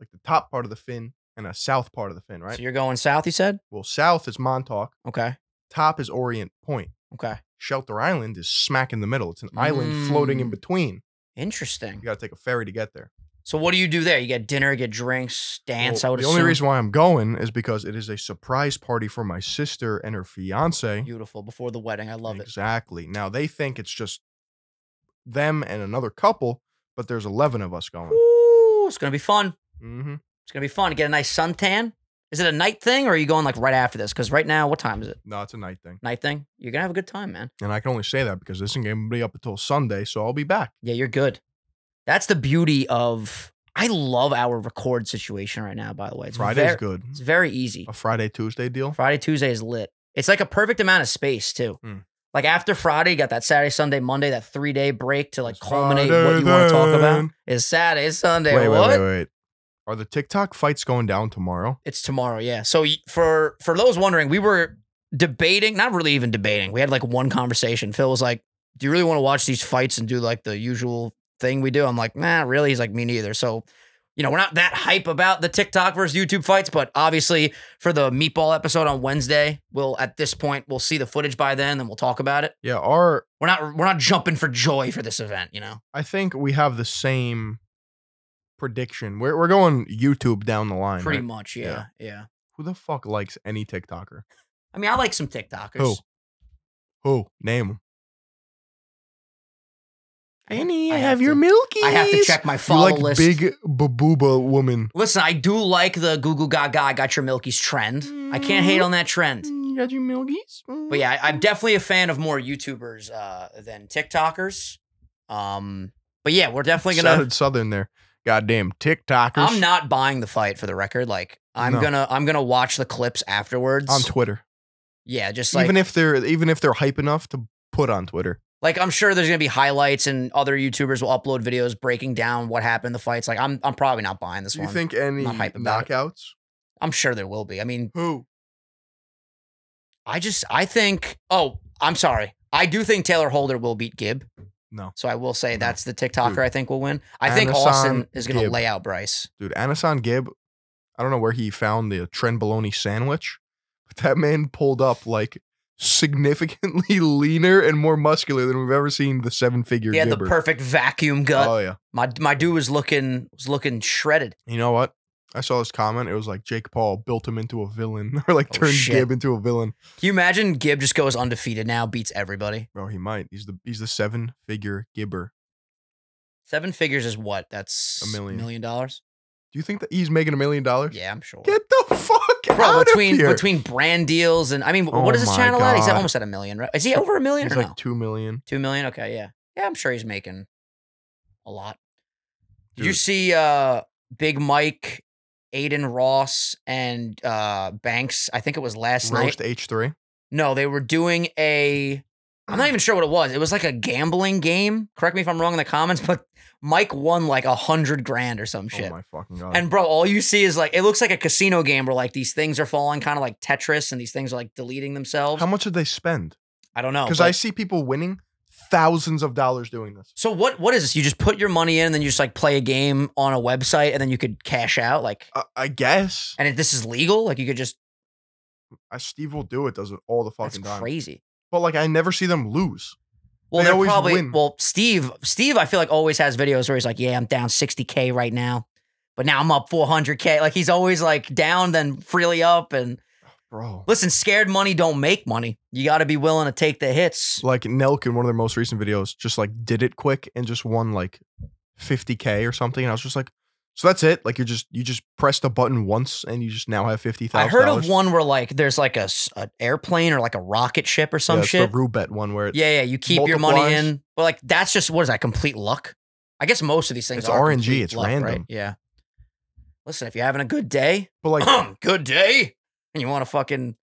B: like the top part of the fin, and a south part of the fin, right?
A: So you're going south, you said?
B: well, south is Montauk,
A: Okay.
B: top is Orient Point.
A: Okay.
B: Shelter Island is smack in the middle. It's an island floating in
A: Mm.
B: between.
A: Interesting.
B: You got to take a ferry to get there.
A: So what do you do there? You get dinner, get drinks, dance, I
B: Well,
A: would
B: the
A: assume.
B: only reason why I'm going is because it is a surprise party for my sister and her fiance.
A: Beautiful before the wedding. I love it.
B: exactly. Now they think it's just them and another couple, but there's 11 of us going.
A: Woo! It's gonna be fun.
B: Mm-hmm.
A: It's gonna be fun. Get a nice suntan. Is it a night thing or are you going like right after this? Because right now, what time is it?
B: No, it's a night thing,
A: Night thing? You're gonna have a good time, man.
B: and I can only say that because this game will be up until Sunday, so I'll be back.
A: Yeah, you're good. That's the beauty of. I love our record situation right now. By the way, it's
B: Friday's
A: ver-
B: good.
A: It's very easy.
B: A Friday Tuesday deal.
A: Friday, Tuesday is lit. It's like a perfect amount of space too.
B: Hmm.
A: Like after Friday, you got that Saturday, Sunday, Monday, that three day break to like culminate what you want to talk about. Is Saturday, it's Sunday.
B: Wait, wait,
A: what?
B: wait, wait. Are the TikTok fights going down tomorrow?
A: It's tomorrow. Yeah. So y- for for those wondering, we were debating, not really even debating. We had like one conversation. Phil was like, "Do you really want to watch these fights and do like the usual thing we do?" I'm like, "Nah, really." He's like, "Me neither." So, you know, we're not that hype about the TikTok versus YouTube fights, but obviously for the meatball episode on Wednesday, we'll at this point we'll see the footage by then, and we'll talk about it.
B: Yeah, our
A: We're not we're not jumping for joy for this event, you know.
B: I think we have the same prediction. We're we're going YouTube down the line.
A: Pretty
B: right?
A: much, yeah, yeah,
B: Who the fuck likes any TikToker?
A: I mean, I like some TikTokers.
B: Who? Who? Name them. Annie,
A: I have to-
B: milkies.
A: I have to check my
B: You
A: follow
B: like
A: list.
B: big babuba woman.
A: Listen, I do like the Goo Goo Gaga I got your milkies trend. I can't hate on that trend.
B: Mm, You got your milkies.
A: But yeah, I, I'm definitely a fan of more YouTubers uh, than TikTokers. Um, but yeah, we're definitely gonna.
B: sounded southern there. Goddamn TikTokers.
A: I'm not buying the fight for the record. Like I'm
B: No.
A: gonna, I'm gonna watch the clips afterwards.
B: on Twitter.
A: yeah, just like
B: even if they're even if they're hype enough to put on Twitter.
A: Like I'm sure there's gonna be highlights and other YouTubers will upload videos breaking down what happened in the fights. Like I'm I'm probably not buying this
B: Do you
A: one.
B: think any
A: not hype about it.
B: knockouts?
A: I'm sure there will be. I mean,
B: Who?
A: I just I think oh, I'm sorry. I do think Taylor Holder will beat Gibb.
B: No.
A: So I will say
B: No.
A: that's the TikToker
B: Dude.
A: I think will win. I think
B: Anasan
A: Austin is gonna
B: Gibb.
A: lay out Bryce.
B: Dude, Anasan Gibb, I don't know where he found the trend bologna sandwich, *laughs* but that man pulled up like significantly *laughs* leaner and more muscular than we've ever seen the seven figure
A: He had the
B: gibber.
A: perfect vacuum gut.
B: oh yeah.
A: my my dude was looking was looking shredded.
B: You know what? I saw this comment. It was like Jake Paul built him into a villain *laughs* or like
A: Oh,
B: turned
A: shit.
B: Gibb into a villain.
A: Can you imagine Gibb just goes undefeated now, beats everybody?
B: Bro, he might. He's the he's the seven figure gibber.
A: Seven figures is what? That's
B: A million.
A: million dollars.
B: Do you think that he's making a million dollars?
A: Yeah, I'm sure.
B: Get the fuck
A: Bro,
B: out
A: between
B: of here.
A: between brand deals and I mean,
B: Oh
A: what is this
B: my
A: channel at? He's
B: God.
A: almost at a million, right? Is he over a million
B: he's
A: or
B: like
A: no?
B: two million.
A: Two million. Okay, yeah, yeah. I'm sure he's making a lot. Did you
B: Dude.
A: see uh Big Mike, Aiden Ross, and uh Banks? I think it was last night. Oh,
B: Roast H three.
A: No, they were doing a. I'm
B: Mm.
A: not even sure what it was. It was like a gambling game. Correct me if I'm wrong in the comments, but Mike won like a hundred grand or some
B: Oh
A: shit.
B: my fucking god.
A: and bro, all you see is like it looks like a casino game where like these things are falling kind of like Tetris and these things are like deleting themselves.
B: How much did they spend?
A: I don't know.
B: Because
A: Oh, but-
B: I see people winning thousands of dollars doing this.
A: so what what is this? You just put your money in and then you just like play a game on a website and then you could cash out like
B: I, I guess
A: and if this is legal, like you could just
B: I, Steve will do it. Does it all the
A: that's
B: fucking time.
A: crazy.
B: But like, I never see them lose.
A: Well,
B: They
A: they are
B: always
A: probably
B: win.
A: well. Steve, Steve, I feel like always has videos where he's like, "Yeah, I'm down 60k right now, but now I'm up 400k." Like he's always like down, then freely up. And
B: Bro,
A: listen, scared money don't make money. You got to be willing to take the hits.
B: like Nelk in one of their most recent videos just like did it quick and just won like 50k or something. And I was just like, so that's it. Like you just you just press the button once and you just now have fifty
A: I
B: thousand.
A: heard of one where like there's like a, s- a airplane or like a rocket ship or some
B: yeah, it's
A: shit.
B: The Rubet one where it,
A: yeah, yeah. You keep your money
B: multiplies.
A: in, but like that's just what is that? Complete luck. I guess most of these things
B: It's
A: are
B: RNG,
A: complete
B: it's
A: luck,
B: random.
A: Right? Yeah. Listen, if you're having a good day,
B: but like,
A: good day, and you want to fucking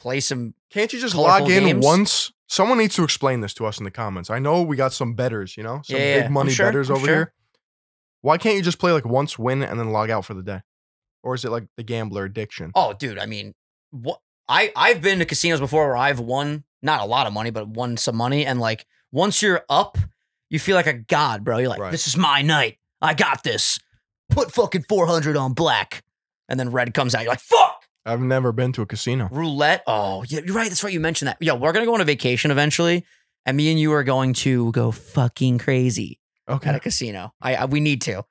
A: play some.
B: can't you just
A: Colorful
B: log in
A: games?
B: once? Someone needs to explain this to us in the comments. I know we got some betters, you know, some
A: Yeah, yeah,
B: big
A: I'm
B: money
A: sure,
B: betters
A: I'm
B: over
A: sure.
B: here. Why can't you just play like once, win, and then log out for the day? Or is it like the gambler addiction?
A: Oh, dude, I mean, what I I've been to casinos before where I've won not a lot of money, but won some money, and like once you're up, you feel like a god, bro. You're like,
B: Right.
A: this is my night. I got this. Put fucking four hundred on black, and then red comes out. You're like, fuck.
B: I've never been to a casino.
A: roulette. Oh, yeah, you're right. That's right. You mentioned that. Yeah, we're gonna go on a vacation eventually, and me and you are going to go fucking crazy at
B: Okay.
A: a casino. I, I we need to.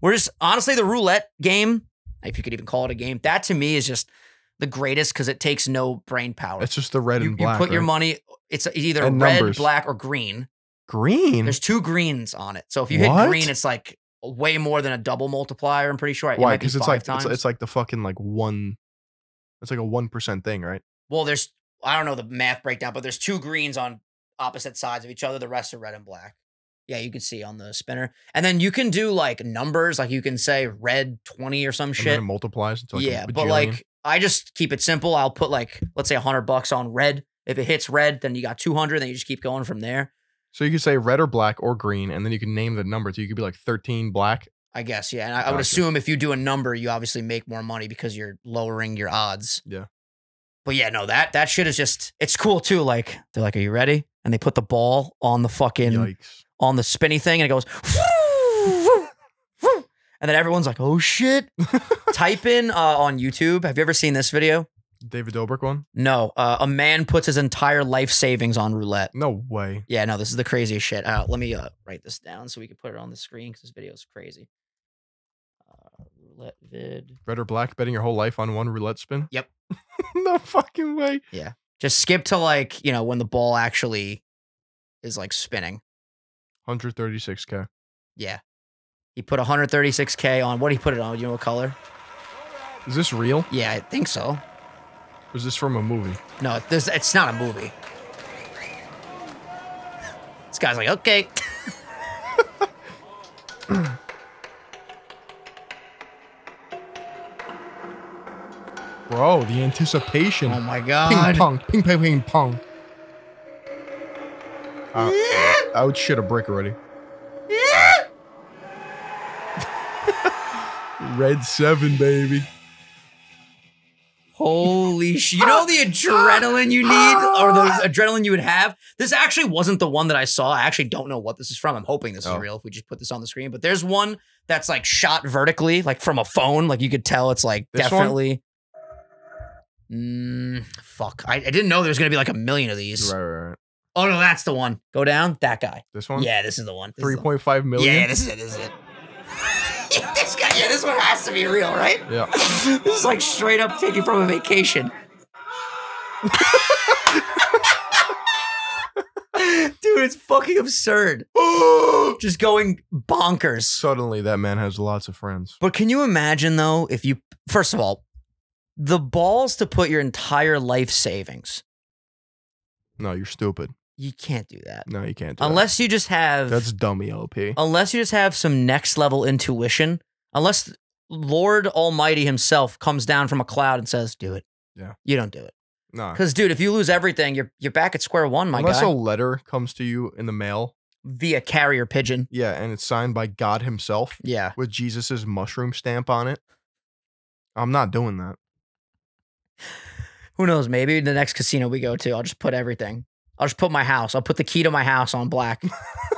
A: We're just honestly the roulette game, if you could even call it a game. That to me is just the greatest because it takes no brain power.
B: It's just the red
A: you,
B: and
A: you
B: black.
A: put your
B: right?
A: money. It's either
B: And
A: red,
B: numbers.
A: black, or green.
B: Green?
A: There's two greens on it. So if you hit
B: What?
A: green, it's like way more than a double multiplier. I'm pretty sure. It
B: Why?
A: might be
B: Because it's
A: five
B: like
A: times.
B: it's, it's like the fucking like one. It's like a one percent thing, right?
A: well, there's I don't know the math breakdown, but there's two greens on opposite sides of each other. The rest are red and black. Yeah, you can see on the spinner, and then you can do like numbers, like you can say red twenty or some
B: And then
A: shit.
B: it multiplies until like
A: yeah,
B: a
A: but
B: bajillion.
A: like I just keep it simple. I'll put like let's say hundred bucks on red. If it hits red, then you got two hundred. Then you just keep going from there.
B: so you could say red or black or green, and then you can name the number. So you could be like thirteen black.
A: I guess yeah, and I, I would
B: Gotcha.
A: assume if you do a number, you obviously make more money because you're lowering your odds.
B: Yeah.
A: But yeah, no that that shit is just it's cool too. Like they're like, are you ready? And they put the ball on the fucking
B: Yikes!
A: on the spinny thing and it goes and then everyone's like oh shit type in uh, on youtube have you ever seen this video
B: David Dobrik one?
A: no uh, a man puts his entire life savings on roulette
B: No way.
A: yeah no this is the craziest shit uh, let me uh, write this down so we can put it on the screen because this video is crazy uh, roulette vid
B: Red or black, betting your whole life on one roulette spin.
A: Yep.
B: *laughs* no fucking way.
A: just skip to like you know when the ball actually is like spinning
B: Hundred thirty-six k.
A: yeah he put 136k on what did he put it on you know what color
B: Is this real?
A: yeah i think so
B: Or is this from a movie?
A: No, there's, it's not a movie. This guy's like, okay.
B: Bro, the anticipation.
A: Oh my
B: ping pong, ping pong, ping pong. Uh,
A: *laughs*
B: I would shit a brick already. *laughs* Red seven, baby.
A: Holy shit. You know the adrenaline you need or
B: *laughs*
A: the adrenaline you would have? This actually wasn't the one that I saw. I actually don't know what this is from. I'm hoping this
B: Oh.
A: is real if we just put this on the screen. But there's one that's like shot vertically, like from a phone. Like you could tell it's like
B: This one?
A: definitely. Mm, fuck. I, I didn't know there was going to be like a million of these.
B: Right, right, right.
A: Oh, no, that's the one. Go down. That guy.
B: This one?
A: Yeah, this is the one. This is the one.
B: 3.5 million?
A: Yeah, this is it. This is it. *laughs* this guy, yeah, this one has to be real, right?
B: Yeah.
A: *laughs* this is like straight up taking from a vacation. *laughs* Dude, it's fucking *gasps* absurd. Just going bonkers.
B: Suddenly, that man has lots of friends.
A: But can you imagine though, if you first of all, the balls to put your entire life savings,
B: No, you're stupid.
A: you can't do that.
B: No, you can't. Do
A: Unless you just have
B: that. that's dummy LP.
A: unless you just have some next level intuition, unless Lord Almighty Himself comes down from a cloud and says, "Do it."
B: Yeah.
A: you don't do it
B: Nah.
A: because, dude, if you lose everything, you're you're back at square one, Oh, my
B: Uh, Unless
A: guy.
B: a letter comes to you in the mail,
A: Via carrier pigeon.
B: yeah, and it's signed by God Himself
A: Yeah,
B: with Jesus's mushroom stamp on it. I'm not doing that.
A: who knows? Maybe the next casino we go to, I'll just put everything. I'll just put my house. I'll put the key to my house on
B: *laughs*
A: black,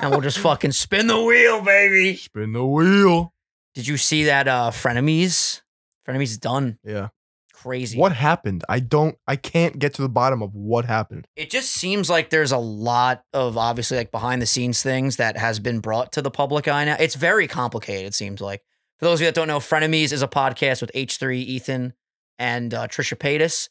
A: and we'll just fucking spin the wheel, baby.
B: Spin the wheel.
A: Did you see that? Uh, frenemies. Frenemies is done.
B: Yeah.
A: Crazy.
B: What happened? I don't. I can't get to the bottom of what happened.
A: it just seems like there's a lot of obviously like behind the scenes things that has been brought to the public eye now. It's very complicated, it seems like. For those of you that don't know, Frenemies is a podcast with H3, Ethan, and uh, Trisha Paytas.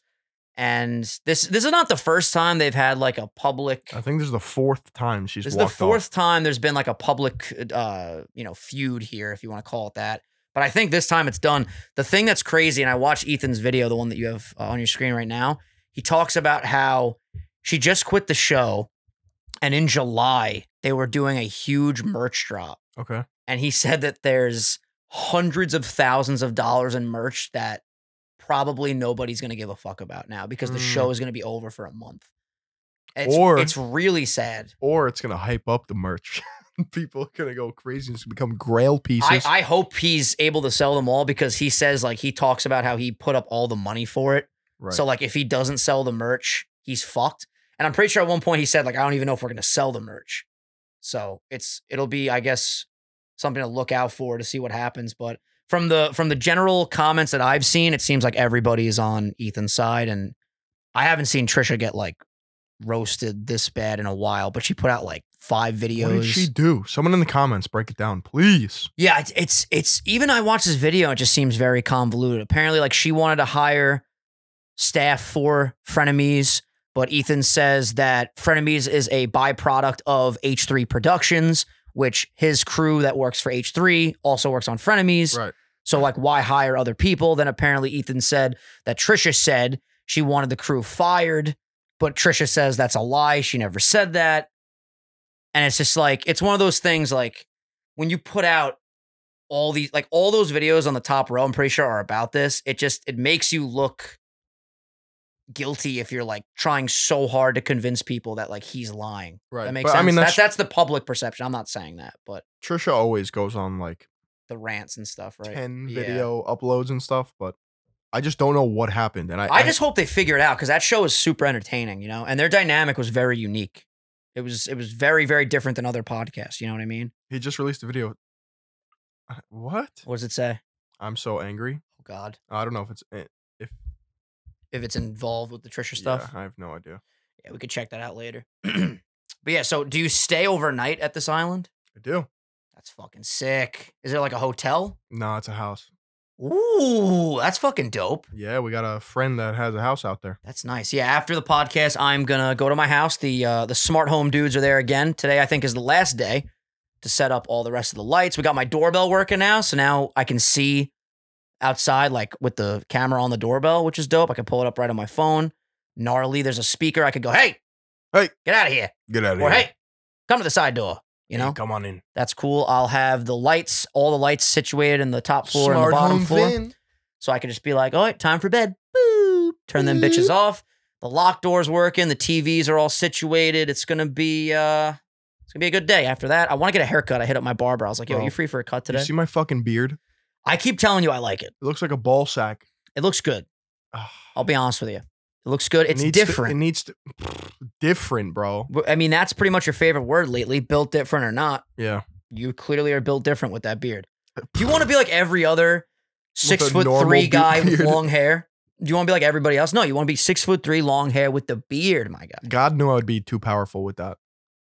A: And this this is not the first time they've had like a public
B: I think this is the fourth time she's
A: this is the
B: walked
A: fourth time there's been like a public uh you know feud here if you want to call it that but i think this time it's done the thing that's crazy and i watched ethan's video the one that you have uh, on your screen right now he talks about how she just quit the show and in july they were doing a huge merch drop
B: off. Okay.
A: and he said that there's hundreds of thousands of dollars in merch that probably nobody's going to give a fuck about now because the
B: Mm.
A: show is going to be over for a month it's,
B: Or-
A: it's really sad
B: Or it's gonna hype up the merch. *laughs* People are gonna go crazy. and It's gonna become grail pieces.
A: I, I hope he's able to sell them all because he says like he talks about how he put up all the money for it.
B: right.
A: So like if he doesn't sell the merch, he's fucked. And I'm pretty sure at one point he said like I don't even know if we're gonna sell the merch. So it's it'll be I guess something to look out for to see what happens. But from the from the general comments that I've seen, it seems like everybody is on Ethan's side, and I haven't seen Trisha get like roasted this bad in a while. But she put out like five videos.
B: what did she do? Someone in the comments, break it down, please.
A: Yeah, it's, it's it's even I watched this video, it just seems very convoluted. Apparently, like she wanted to hire staff for frenemies, but Ethan says that frenemies is a byproduct of H3 Productions, which his crew that works for H3 also works on frenemies.
B: Right.
A: So like why hire other people? Then apparently Ethan said that Trisha said she wanted the crew fired, but Trisha says that's a lie. She never said that. And it's just like it's one of those things like when you put out all these like all those videos on the top row, I'm pretty sure are about this. It just it makes you look guilty if you're like trying so hard to convince people that like he's lying.
B: Right.
A: That makes
B: But,
A: sense.
B: I mean,
A: that's, that's
B: that's,
A: the public perception. I'm not saying that, but
B: Trisha always goes on like
A: the rants and stuff, right?
B: ten
A: Yeah.
B: video uploads and stuff, but I just don't know what happened. And I,
A: I just hope they figure it out because that show is super entertaining, you know, and their dynamic was very unique. It was it was very very different than other podcasts. You know what I mean?
B: he just released a video. Uh, What?
A: What does it say?
B: I'm so angry.
A: Oh God,
B: I don't know if it's eh, if
A: if it's involved with the Trisha stuff,
B: Yeah, I have no idea.
A: yeah, we could check that out later. *clears throat* but yeah, so do you stay overnight at this island?
B: I do.
A: That's fucking sick. Is there like a hotel?
B: No, it's a house.
A: Ooh, that's fucking dope.
B: Yeah, we got a friend that has a house out there.
A: That's nice. Yeah, after the podcast, I'm gonna go to my house. The uh, the smart home dudes are there again today. I think is the last day to set up all the rest of the lights. We got my doorbell working now, so now I can see outside, like with the camera on the doorbell, which is dope. I can pull it up right on my phone. Gnarly. There's a speaker. I could go, hey,
B: Hey.
A: get out of here,
B: Get out
A: or hey, come to the side door. You know,
B: come on in.
A: that's cool. I'll have the lights, all the lights situated in the top floor and the bottom floor. So I could just be like, all right, time for bed. Boop. Turn them bitches off. The lock doors working. The TVs are all situated. It's gonna be uh, it's gonna be a good day. After that, I want to get a haircut. I hit up my barber. I was like, "Yo,
B: Bro,
A: you free for a cut
B: You
A: today?"
B: see my fucking beard? It
A: I keep telling you, I like it.
B: looks like a ball sack.
A: It looks good.
B: Ugh.
A: I'll be honest with you. It looks good. It's
B: It Ah. needs to- it
A: different.
B: needs to *sniffs* different, bro.
A: W- I mean, that's pretty much your favorite word lately. Built different or not,
B: Yeah.
A: you clearly are built different with that beard. Do you want to be like every other six
B: a
A: foot
B: normal
A: three
B: be-
A: guy with
B: beard.
A: long hair? Do you want to be like everybody else? No, you want to be six foot three, long hair with the beard, my guy.
B: God knew I would be too powerful with that.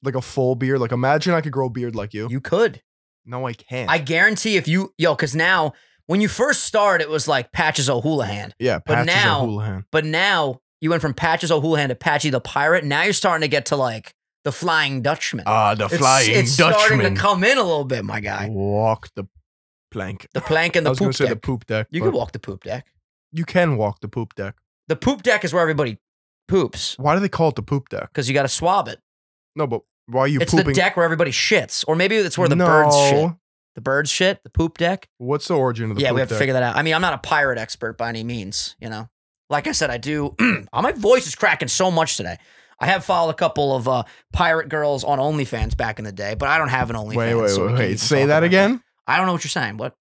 B: Like a full beard. Like imagine I could grow a beard like you.
A: You could.
B: no, I can't.
A: I guarantee if you, yo, because now when you first started, it was like Patches O'Houlihan.
B: yeah,
A: but
B: Patches
A: now-
B: O'Houlihan.
A: But now you went from Patches O'Houlihan to Patchy the Pirate. Now you're starting to get to like the Flying Dutchman.
B: Ah, the
A: it's,
B: flying
A: it's starting
B: Dutchman.
A: to come in a little bit, my guy.
B: walk the plank.
A: The plank and the
B: I was gonna
A: poop
B: say
A: deck.
B: the poop deck.
A: you
B: but
A: can walk the poop deck.
B: You can walk the poop deck.
A: The poop deck is where everybody poops
B: Why do they call it the poop deck?
A: because you got to swab it.
B: No, but why are you
A: it's
B: pooping?
A: the deck where everybody shits, or maybe that's where the
B: no.
A: birds shit. The birds shit. The poop deck.
B: What's the origin of the
A: yeah,
B: poop
A: we have
B: deck?
A: to figure that out. I mean, I'm not a pirate expert by any means. You know, like I said, I do. *clears throat* oh, my voice is cracking so much today. I have followed a couple of uh, pirate girls on OnlyFans back in the day, but I don't have an OnlyFans.
B: wait, wait,
A: so we
B: wait,
A: can't
B: wait.
A: even
B: Say
A: talk
B: that
A: about
B: again.
A: I don't know what you're saying. What?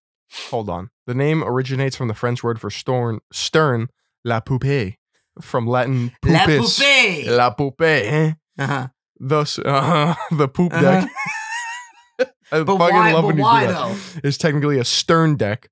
B: Hold on. The name originates from the French word for storn, stern, la poupée, from Latin
A: La
B: pupis.
A: poupée.
B: La poupée. eh?
A: Uh-huh.
B: Thus, *laughs* uh,
A: *laughs*
B: the poop
A: Uh-huh.
B: deck. I
A: But
B: fucking
A: why-
B: love
A: but
B: when you do
A: why,
B: that. Is technically a stern deck,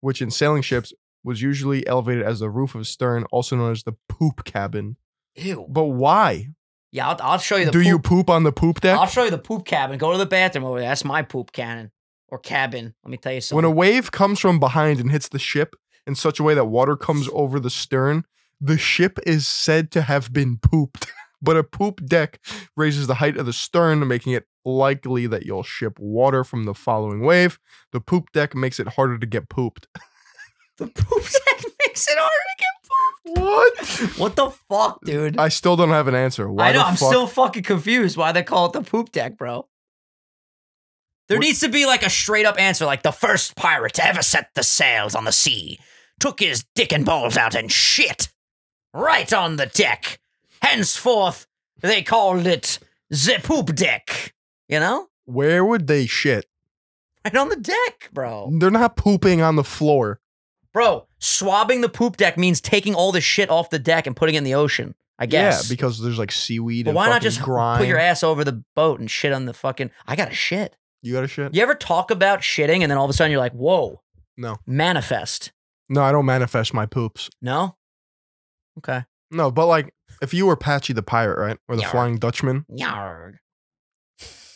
B: which in sailing ships was usually elevated as the roof of stern, also known as the poop cabin.
A: Ew.
B: But why
A: Yeah, I'll, I'll show you
B: do
A: the. poop
B: you poop on the poop
A: I'll
B: deck?
A: show you the poop cabin. Go to the bathroom over there. That's my poop cannon or cabin. Let me tell you
B: When
A: something.
B: a wave comes from behind and hits the ship in such a way that water comes over the stern, the ship is said to have been pooped. *laughs* But a poop deck raises the height of the stern, making it likely that you'll ship water from the following wave. The poop deck makes it harder to get pooped.
A: *laughs* the poop sack makes it hard to get pooped.
B: What?
A: What the fuck, dude? I,
B: *laughs* I still don't have an answer. Why
A: know.
B: the
A: I'm
B: fuck?
A: still fucking confused why they call it the poop deck, bro. There
B: What-
A: needs to be like a straight up answer, like the first pirate to ever set the sails on the sea took his dick and balls out and shit right on the deck. Henceforth, they called it the poop deck. You know,
B: Where would they shit?
A: right on the deck, bro.
B: They're not pooping on the floor.
A: Bro, swabbing the poop deck means taking all the shit off the deck and putting it in the ocean. I guess.
B: Yeah, because there's like seaweed
A: but
B: and
A: why
B: fucking
A: not just
B: grime.
A: put your ass over the boat and shit on the fucking? I gotta shit.
B: you gotta shit?
A: You ever talk about shitting and then all of a sudden you're like, whoa,
B: No.
A: manifest?
B: No, I don't manifest my poops.
A: No. Okay.
B: No, but like if you were Patchy the Pirate, right? Or the
A: Yeah.
B: Flying Dutchman,
A: Yarg.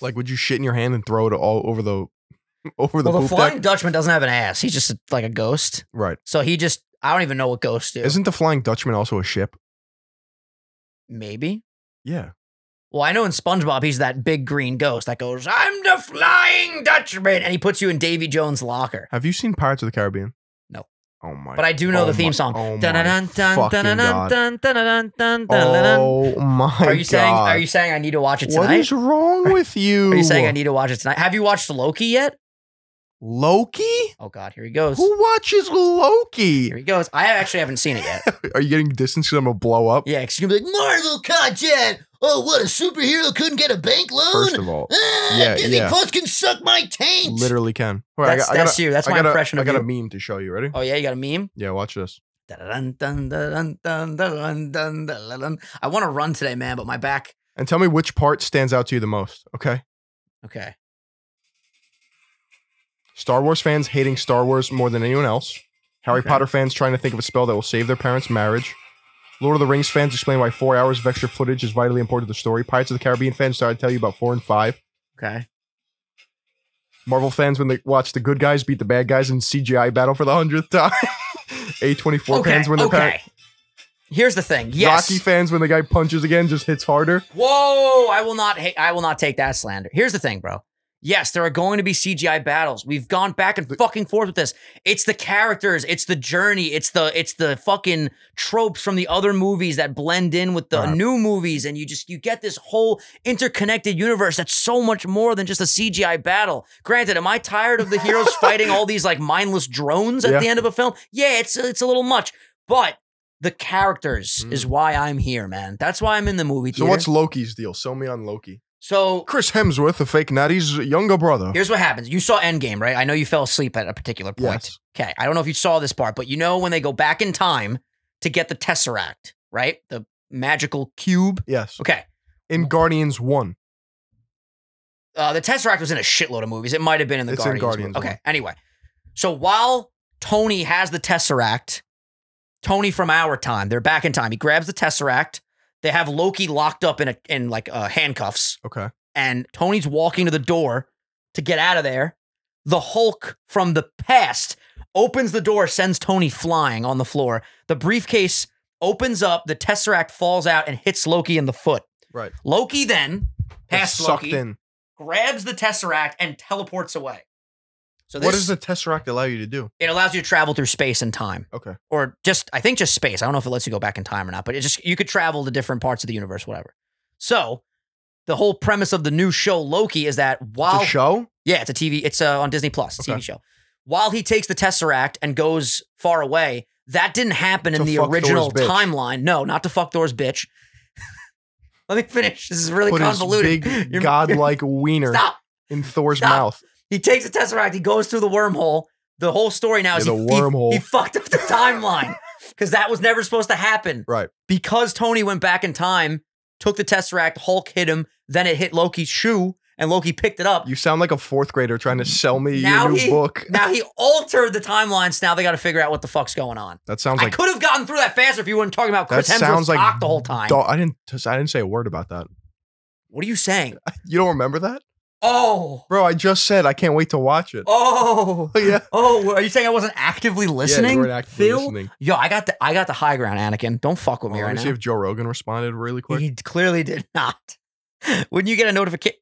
B: like would you shit in your hand and throw it all over the *laughs* over the
A: well, the
B: poop
A: flying
B: deck?
A: Dutchman doesn't have an ass. He's just like a ghost.
B: Right.
A: So he just, I don't even know what ghosts do.
B: Isn't the Flying Dutchman also a ship?
A: Maybe.
B: Yeah.
A: Well, I know in SpongeBob, he's that big green ghost that goes, I'm the Flying Dutchman. And he puts you in Davy Jones' locker.
B: Have you seen Pirates of the Caribbean?
A: No.
B: Oh my
A: But I do know
B: oh
A: the
B: my-
A: theme song.
B: Oh my
A: Dun-dun-dun, dun,
B: fucking
A: dun-dun-dun,
B: god.
A: dun, dun-dun-dun, dun, dun-dun-dun.
B: Oh my god.
A: Are you saying are you saying I need to watch it
B: What
A: tonight?
B: is wrong with
A: *laughs*
B: you?
A: Are you saying I need to watch it tonight? Have you watched Loki yet?
B: Loki?
A: Oh god, here he goes.
B: Who watches Loki?
A: Here he goes. I actually haven't seen it
B: *laughs*
A: yet.
B: Are you getting distance because I'm gonna blow up?
A: yeah, because you're gonna be like Marvel content. Oh, what a superhero couldn't get a bank loan.
B: First
A: *laughs*
B: of all,
A: Ah,
B: yeah, yeah.
A: Plus can suck my taint.
B: literally can. All right, I
A: That's,
B: got- I
A: that's
B: got a-
A: you. That's
B: I
A: my
B: got a-
A: impression
B: I
A: of
B: got a
A: you.
B: meme to show you. Ready?
A: Oh yeah, you got a meme.
B: Yeah, watch this.
A: Dun, dun, dun, dun, dun, dun, dun, dun. I want to run today, man, but my back.
B: and tell me which part stands out to you the most. Okay.
A: Okay.
B: Star Wars fans hating Star Wars more than anyone else. Harry
A: Okay.
B: Potter fans trying to think of a spell that will save their parents' marriage. Lord of the Rings fans explain why four hours of extra footage is vitally important to the story. Pirates of the Caribbean fans try to tell you about four and five.
A: Okay.
B: Marvel fans when they watch the good guys beat the bad guys in CGI battle for the hundredth *laughs* time. A24
A: okay.
B: fans when their
A: okay.
B: parents.
A: Here's the thing. Yes.
B: Rocky fans when the guy punches again just hits harder.
A: Whoa! I will not. Ha- I will not take that slander. Here's the thing, bro. Yes, there are going to be CGI battles. We've gone back and fucking forth with this. It's the characters. It's the journey. It's the it's the fucking tropes from the other movies that blend in with the
B: Alright.
A: new movies, and you just you get this whole interconnected universe that's so much more than just a CGI battle. Granted, am I tired of the heroes
B: *laughs*
A: fighting all these like mindless drones at
B: Yeah.
A: the end of a film? Yeah, it's it's a little much, but the characters is
B: Mm.
A: why I'm here, man. That's why I'm in the movie
B: So
A: theater.
B: what's Loki's deal? Sell me on Loki.
A: so
B: Chris Hemsworth, the fake Natty's younger brother.
A: Here's what happens. You saw Endgame, right? I know you fell asleep at a particular point.
B: Yes.
A: Okay. I don't know if you saw this part, but you know when they go back in time to get the Tesseract, right? The magical cube.
B: Yes.
A: Okay.
B: In Guardians One.
A: Uh, the Tesseract was in a shitload of movies. It might have been in the
B: It's in
A: Guardians.
B: Guardians
A: okay.
B: one.
A: Anyway. So while Tony has the Tesseract, Tony from our time, they're back in time. He grabs the Tesseract. They have Loki locked up in a in like uh, handcuffs.
B: Okay.
A: and Tony's walking to the door to get out of there. The Hulk from the past opens the door, sends Tony flying on the floor. The briefcase opens up, the Tesseract falls out and hits Loki in the foot.
B: Right.
A: Loki then, past
B: It's sucked
A: Loki,
B: in.
A: grabs the Tesseract and teleports away. So this
B: what does the Tesseract allow you to do?
A: it allows you to travel through space and time.
B: Okay.
A: Or just I think just space. I don't know if it lets you go back in time or not, but it just you could travel to different parts of the universe, whatever. So the whole premise of the new show Loki is that
B: It's
A: while
B: a show?
A: yeah, it's a TV. It's uh, on Disney Plus. It's a
B: Okay.
A: TV show. While he takes the Tesseract and goes far away, that didn't happen in
B: To
A: the
B: fuck
A: original
B: Thor's bitch.
A: timeline. No, not to fuck Thor's bitch. *laughs* Let me finish. This is really
B: Put his
A: convoluted. *laughs*
B: big
A: You're-
B: godlike wiener
A: Stop.
B: in Thor's
A: Stop.
B: mouth.
A: He takes the Tesseract. He goes through the wormhole. The whole story now is
B: Yeah,
A: he,
B: the
A: he-
B: wormhole.
A: He, fucked up the
B: *laughs*
A: timeline because that was never supposed to happen.
B: Right.
A: Because Tony went back in time, took the Tesseract, Hulk hit him, then it hit Loki's shoe, and Loki picked it up.
B: You sound like a fourth grader trying to sell me
A: Now
B: your new
A: he-
B: book.
A: now he altered the timelines. Now they got to figure out what the fuck's going on.
B: That sounds
A: I
B: like
A: could have gotten through that faster if you weren't talking about
B: that
A: Chris Hemsworth's
B: sounds like
A: cock the whole time.
B: dull- I didn't I didn't say a word about that.
A: What are you saying?
B: You don't remember that?
A: Oh,
B: Bro, I just said I can't wait to watch it.
A: oh,
B: *laughs* yeah.
A: oh! Are you saying I wasn't actively listening,
B: Yeah, you weren't actively
A: Phil?
B: listening.
A: Yo, I got the I got the high ground, Anakin. Don't fuck with
B: Well,
A: me
B: let
A: right
B: me see
A: now.
B: if Joe Rogan responded really quick.
A: He clearly did *laughs* not. Wouldn't you get a notification?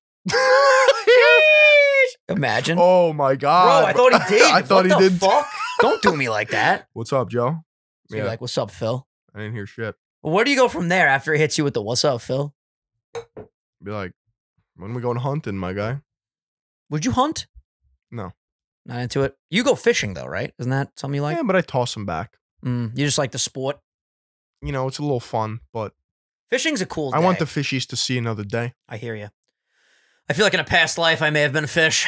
A: *laughs* Imagine,
B: oh my
A: bro!
B: god.
A: I thought he did.
B: *laughs* I thought
A: What
B: he
A: the
B: did. *laughs*
A: Fuck! Don't do me like that.
B: What's up, Joe?
A: So You're
B: Yeah.
A: like, "What's up, Phil?"
B: I didn't hear shit.
A: Where do you go from there after he hits you with the "What's up, Phil"?
B: Be like, when we going hunting, my guy?
A: Would you hunt?
B: No.
A: Not into it. You go fishing though, right? Isn't that something you like?
B: yeah, but I toss him back.
A: Mm, you just like the sport.
B: You know, it's a little fun, but
A: Fishing's a cool.
B: I want
A: day.
B: the fishies to see another day.
A: I hear you. I feel like in a past life I may have been a fish.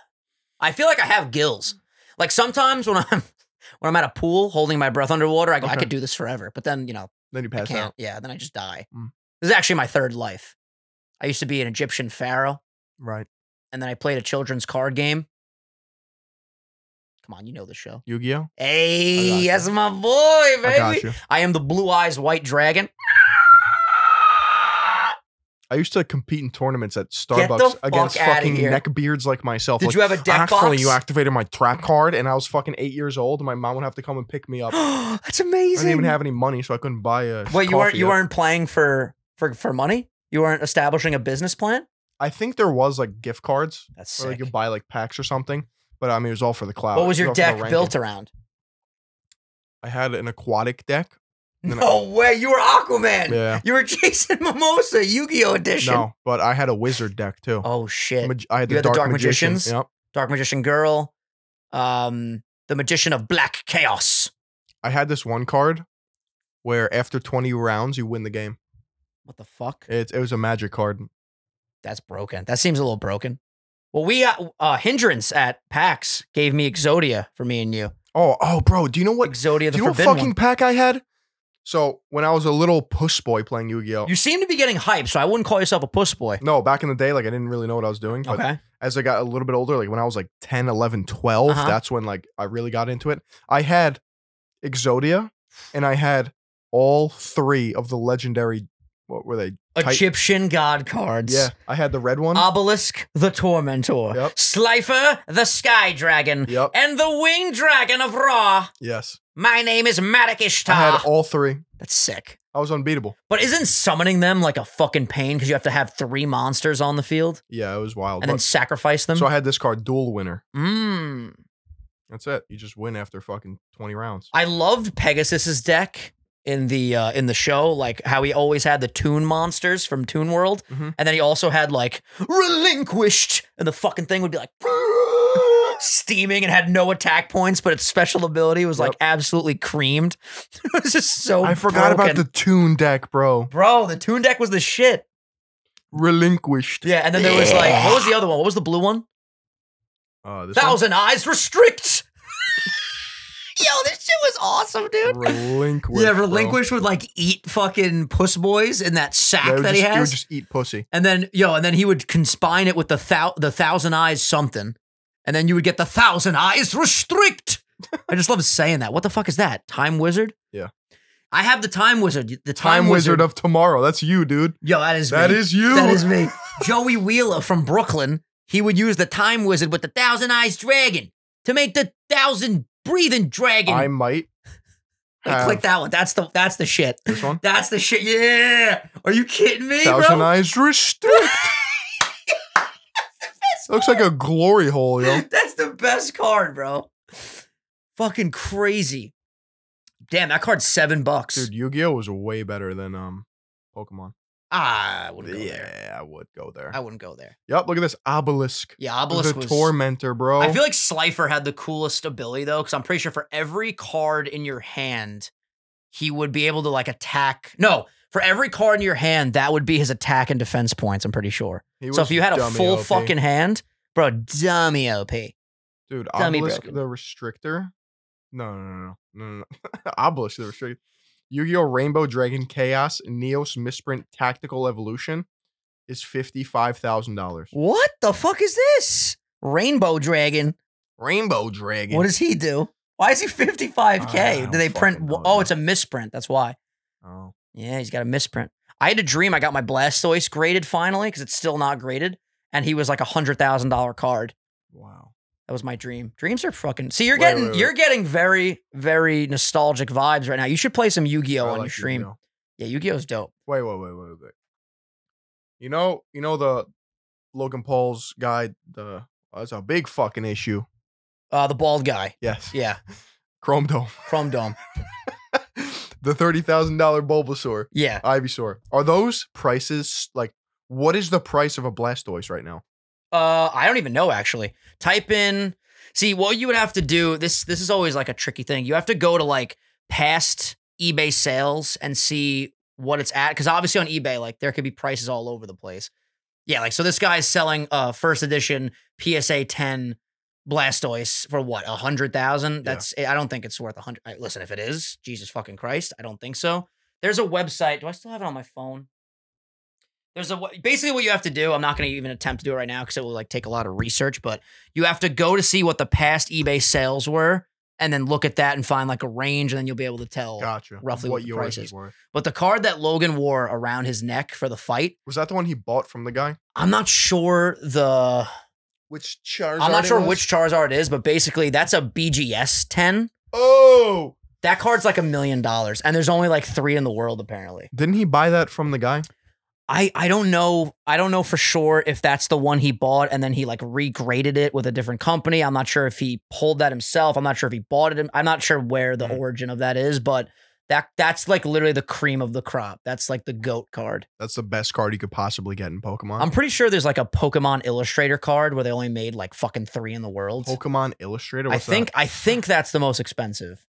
A: *sighs* I feel like I have gills. Like sometimes when *laughs* I'm when I'm at a pool holding my breath underwater, I go, I
B: Okay.
A: could do this forever. But then you know
B: Then you
A: I
B: pass
A: can't.
B: out.
A: Yeah, then I just die.
B: Mm.
A: This is actually my third life. I used to be an Egyptian pharaoh,
B: Right.
A: and then I played a children's card game. Come on, you know the show.
B: Yu-Gi-Oh? I got
A: Hey,
B: you.
A: that's my boy, baby.
B: I got you.
A: I am the blue eyes white dragon.
B: I used to compete in tournaments at
A: Get the
B: Starbucks
A: fuck
B: against
A: outta
B: fucking
A: here.
B: neckbeards like myself.
A: Did
B: like,
A: you have a deck
B: Actually,
A: box?
B: you activated my trap card, and I was fucking eight years old, and my mom would have to come and pick
A: *gasps*
B: me up. I
A: *gasps* That's
B: didn't
A: amazing.
B: even have any money, so I couldn't buy a.
A: Wait, you weren't
B: coffee
A: you
B: yet.
A: weren't playing for for for money? You weren't establishing a business plan?
B: I think there was like gift cards
A: That's
B: where
A: sick.
B: like you buy like packs or something, but I mean it was all for the cloud.
A: what was
B: It
A: your
B: all for the
A: deck
B: ranking.
A: built around?
B: I had an aquatic deck. and then I-
A: No way, you were Aquaman.
B: Yeah.
A: You were *laughs* Jason Mimosa, Yu-Gi-Oh edition.
B: No, but I had a wizard deck too.
A: Oh shit.
B: Mag- I had
A: You
B: the,
A: had the
B: dark,
A: Dark
B: magician.
A: Magicians?
B: Yep.
A: Dark Magician Girl. Um the magician of black chaos.
B: I had this one card where after 20 rounds you win the game.
A: What the fuck?
B: It, it was a magic card.
A: That's broken. That seems a little broken. Well, we uh, uh hindrance at PAX gave me Exodia for me and you.
B: Oh, oh, bro, do you know what?
A: Exodia
B: Do
A: the
B: you know what
A: forbidden
B: fucking
A: one.
B: pack I had? So when I was a little puss boy playing Yu-Gi-Oh.
A: You seem to be getting hyped, so I wouldn't call yourself a puss boy.
B: no, back in the day, like I didn't really know what I was doing. But
A: Okay.
B: as I got a little bit older, like when I was like 10, 11, 12,
A: Uh-huh.
B: that's when like I really got into it. I had Exodia and I had all three of the legendary, what were they? Tight-
A: Egyptian god cards.
B: Yeah, I had the red one.
A: Obelisk the Tormentor.
B: Yep.
A: Slifer the Sky Dragon.
B: yep.
A: And the Winged Dragon of Ra.
B: Yes.
A: My name is Madak
B: I
A: Ishtar.
B: had all three.
A: That's sick.
B: I was unbeatable.
A: But isn't summoning them like a fucking pain because you have to have three monsters on the field
B: Yeah, it was wild.
A: and then
B: Oh, But-
A: sacrifice them?
B: so I had this card, Duel Winner.
A: Mmm.
B: That's it. You just win after fucking 20 rounds.
A: I loved Pegasus's deck in the uh, in the show, like how he always had the Toon monsters from Toon World,
B: Mhm.
A: and then he also had like relinquished, and the fucking thing would be like, *laughs* steaming and had no attack points, but its special ability was like
B: Yep.
A: absolutely creamed. *laughs* it was just so.
B: I forgot about
A: Oh, broken.
B: the tune deck, bro.
A: bro. The tune deck was the shit.
B: Relinquished.
A: Yeah, and then there was like, what was the other one? What was the blue one?
B: Uh, this one?
A: Thousand Eyes Restrict. *laughs* Yo, this shit was awesome, dude. *laughs*
B: Relinquished.
A: yeah,
B: bro.
A: Relinquish would like eat fucking puss boys in that sack
B: Yeah, it would
A: that
B: just,
A: he
B: It would
A: has.
B: just eat pussy.
A: And then yo, and then he would conspine it with the thou- the thousand eyes something, and then you would get the thousand eyes restrict. I just love saying that. What the fuck is that? Time wizard?
B: Yeah.
A: I have the time wizard. The
B: Time,
A: time,
B: Wizard of Tomorrow. That's you, dude.
A: yo, that is
B: That
A: me.
B: is you.
A: that is me. Joey Wheeler from Brooklyn. He would use the time wizard with the thousand eyes dragon to make the thousand breathing dragon.
B: I
A: *laughs*
B: might.
A: I
B: have-
A: click that one. That's the that's the shit. *laughs*
B: This one.
A: That's the shit. Yeah. Are you kidding me,
B: Thousand
A: bro? *laughs*
B: Eyes Restrict.
A: That's *laughs*
B: Looks like a glory hole, yo.
A: That's the best card, bro. Fucking crazy. Damn, that card's seven bucks.
B: Dude, Yu-Gi-Oh was way better than um Pokemon.
A: ah, I wouldn't go there.
B: Yeah, I would go there.
A: I wouldn't go there.
B: Yup, look at this obelisk.
A: Yeah, Obelisk
B: the
A: was.
B: tormentor, bro.
A: I feel like Slifer had the coolest ability though, because I'm pretty sure for every card in your hand, he would be able to like attack. No, for every card in your hand, that would be his attack and defense points. I'm pretty sure.
B: He
A: So
B: was
A: if you had a
B: dummy
A: full
B: OP.
A: fucking hand, bro, dummy OP.
B: dude,
A: dummy
B: obelisk
A: broken.
B: the restrictor. No, no, no, no, no, no. no. *laughs* obelisk the restrictor. Yu-Gi-Oh! Rainbow Dragon Chaos Neos Misprint Tactical Evolution is fifty-five thousand dollars.
A: What the fuck is this? Rainbow Dragon.
B: Rainbow Dragon.
A: What does he do? Why is he
B: I
A: 55k?
B: don't
A: Did they print?
B: fucking know,
A: oh,
B: dude.
A: it's a misprint. That's why.
B: Oh,
A: Yeah, he's got a misprint. I had a dream. I got my Blastoise graded finally because it's still not graded, and he was like a hundred thousand dollar card.
B: wow.
A: That was my dream. Dreams are fucking. See, you're
B: Wait,
A: getting
B: wait, wait.
A: you're getting very very nostalgic vibes right now. You should play some Yu-Gi-Oh
B: I
A: on your
B: like
A: stream.
B: Yu-Gi-Oh.
A: Yeah, Yu-Gi-Oh's dope.
B: Wait, wait, wait, wait, wait. You know, you know the Logan Paul's guy. The oh, that's a big fucking issue.
A: Uh, the bald guy.
B: Yes,
A: Yeah,
B: Chrome Dome. *laughs*
A: Chrome Dome.
B: the thirty thousand dollar Bulbasaur,
A: Yeah,
B: Ivysaur. Are those prices like? What is the price of a Blastoise right now?
A: Uh, I don't even know actually. Type in. See what you would have to do. This this is always like a tricky thing. You have to go to like past eBay sales and see what it's at because obviously on eBay like there could be prices all over the place. Yeah, like so this guy is selling uh first edition PSA ten Blastoise for what a hundred thousand. That's I don't think it's worth a hundred. I- Listen, if it is, Jesus fucking Christ, I don't think so. There's a website. Do I still have it on my phone? there's a w- basically what you have to do. I'm not going to even attempt to do it right now because it will like take a lot of research. But you have to go to see what the past eBay sales were, and then look at that and find like a range, and then you'll be able to tell.
B: Gotcha.
A: Oh, roughly what
B: what
A: the
B: yours
A: price is.
B: is worth?
A: But the card that Logan wore around his neck for the fight,
B: Was that the one he bought from the guy?
A: I'm not sure the
B: Which Charizard?
A: I'm not
B: it
A: sure
B: was?
A: which Charizard it is, but basically that's a BGS 10.
B: Oh,
A: That card's like a million dollars, and there's only like three in the world apparently.
B: didn't he buy that from the guy?
A: I I don't know. I don't know for sure if that's the one he bought and then he like regraded it with a different company. I'm not sure if he pulled that himself. I'm not sure if he bought it. I'm not sure where the
B: Mhm.
A: origin of that is, but that that's like literally the cream of the crop. That's like the goat card.
B: That's the best card you could possibly get in Pokemon.
A: I'm pretty sure there's like a Pokemon Illustrator card where they only made like fucking three in the world.
B: Pokemon Illustrator.
A: I
B: What's that?
A: think I think that's the most expensive,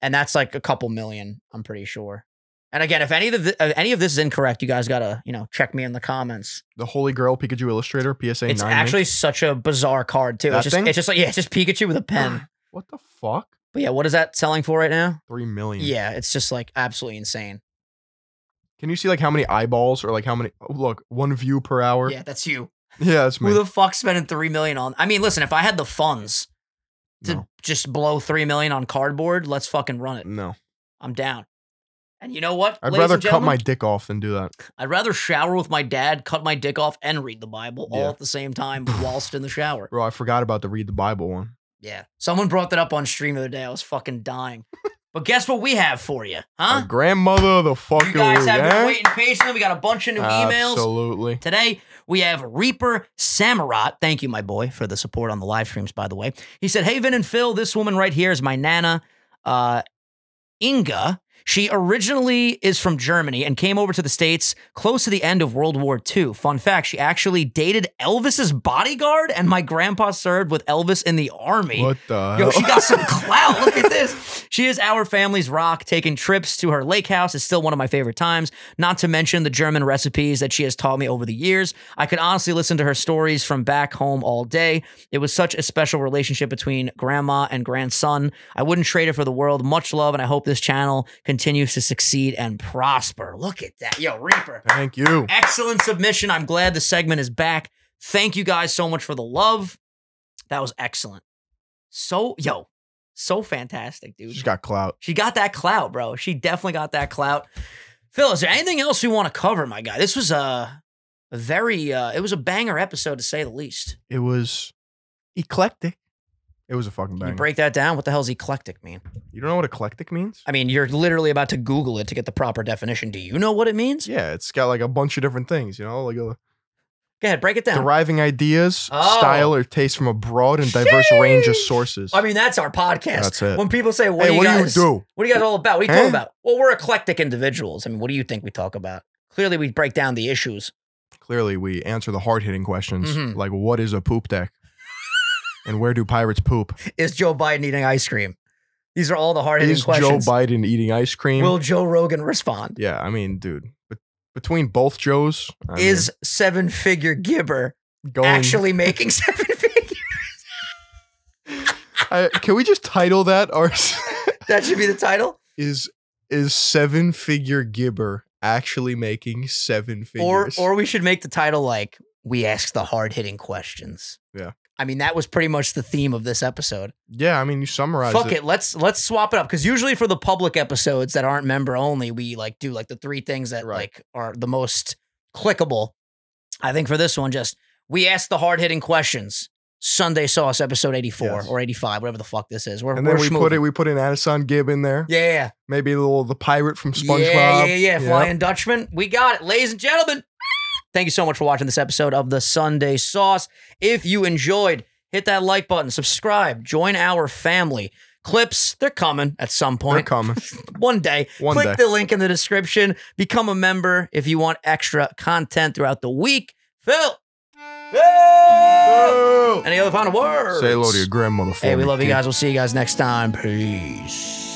A: and that's like a couple million. I'm pretty sure. And again, if any of the, if any of this is incorrect, you guys gotta you know check me in the comments.
B: the Holy Grail Pikachu Illustrator PSA
A: It's
B: nine.
A: actually such a bizarre card too.
B: That
A: It's just
B: thing?
A: it's just like yeah, it's just Pikachu
B: *gasps*
A: with a pen.
B: what the fuck?
A: but yeah, what is that selling for right now?
B: Three million.
A: Yeah, it's just like absolutely insane.
B: Can you see like how many eyeballs or like how many? oh, look, one view per hour.
A: Yeah, that's you.
B: *laughs* yeah that's me.
A: Who the fuck's spending three million on? I mean, listen, if I had the funds to
B: No.
A: just blow three million on cardboard, let's fucking run it.
B: no.
A: I'm down. And you know what?
B: I'd
A: ladies
B: rather
A: and
B: cut my
A: gentlemen?
B: dick off than do that.
A: I'd rather shower with my dad, cut my dick off, and read the Bible all
B: Yeah.
A: at the same
B: *laughs*
A: time whilst in the shower.
B: Bro, I forgot about the read the Bible one.
A: Yeah. Someone brought that up on stream the other day. I was fucking dying. but guess what we have for you, huh?
B: My grandmother of the fucking
A: You guys
B: week,
A: have
B: eh?
A: been waiting patiently. We got a bunch of new emails.
B: Absolutely.
A: Today, we have Reaper Samurott. Thank you, my boy, for the support on the live streams, by the way. He said, Hey, Vin and Phil, this woman right here is my Nana, uh, Inga. She originally is from Germany and came over to the States close to the end of World War II. Fun fact she actually dated Elvis's bodyguard, and my grandpa served with Elvis in the army.
B: What the
A: Yo,
B: hell?
A: she got some clout. Look at this. She is our family's rock. Taking trips to her lake house is still one of my favorite times, not to mention the German recipes that she has taught me over the years. I could honestly listen to her stories from back home all day. It was such a special relationship between grandma and grandson. I wouldn't trade it for the world. Much love, and I hope this channel continues to succeed and prosper. Look at that. Yo, Reaper.
B: Thank you.
A: Excellent submission. I'm glad the segment is back. Thank you guys so much for the love. That was excellent. So, yo, so fantastic, dude.
B: She's got clout.
A: She got that clout, bro. She definitely got that clout. Phil, is there anything else we want to cover, my guy? This was a a very, uh, it was a banger episode to say the least.
B: It was eclectic. It was a fucking
A: Can
B: banger.
A: you
B: You,
A: break that down? What the hell's eclectic mean?
B: don't know what eclectic means?
A: I mean, you're literally about to Google it to get the proper definition. Do you know what it means?
B: Yeah, it's got like a bunch of different things, you know, like a,
A: Go ahead, break it down.
B: deriving ideas,
A: Oh.
B: style, or taste from a broad and diverse range of
A: Sheesh.
B: sources.
A: I mean, that's our podcast.
B: That's it.
A: When people say, "What
B: hey,
A: do you
B: what
A: guys
B: do you do?
A: What are you guys all about? What are you
B: Huh?
A: talking about? Well, we're eclectic individuals. I mean, what do you think we talk about? Clearly, we break down the issues.
B: Clearly, we answer the hard hitting questions
A: Mhm.
B: like what is a poop deck? and where do pirates poop?
A: Is Joe Biden eating ice cream? These are all the hard hitting
B: Is
A: questions.
B: Joe Biden eating ice cream?
A: Will Joe Rogan respond?
B: yeah, I mean, dude, but between both Joes, I mean,
A: Is seven figure Gibber
B: going,
A: actually making *laughs* seven figures?
B: I, can we just title that *laughs* our
A: That should be the title.
B: is is seven figure gibber actually making seven figures?
A: Or or we should make the title like we ask the hard hitting questions.
B: Yeah.
A: I mean, that was pretty much the theme of this episode.
B: yeah, I mean, you summarize
A: Fuck it. Let's let's swap it up because usually for the public episodes that aren't member only, we like do like the three things that
B: Right.
A: like are the most clickable. I think for this one, just we ask the hard hitting questions. Sunday Sauce episode eighty four
B: Yes.
A: or eighty five, whatever the fuck this is. We're,
B: And
A: we're
B: then we put
A: schmoozing.
B: it. We put an Addison Gibb in there.
A: Yeah, yeah, yeah.
B: Maybe a little the pirate from SpongeBob.
A: Yeah, yeah, yeah.
B: Yep.
A: Flying Dutchman. We got it, ladies and gentlemen. Thank you so much for watching this episode of The Sunday Sauce. If you enjoyed, hit that like button, subscribe, join our family. Clips, they're coming at some
B: They're
A: point. *laughs*
B: coming.
A: One day.
B: One
A: Click
B: day.
A: the link in the description. Become a member if you want extra content throughout the week. Phil. Phil! Any other final words?
B: Say hello to your grandmother. for
A: Hey, we
B: me,
A: love you
B: kid.
A: guys. We'll see you guys next time. Peace.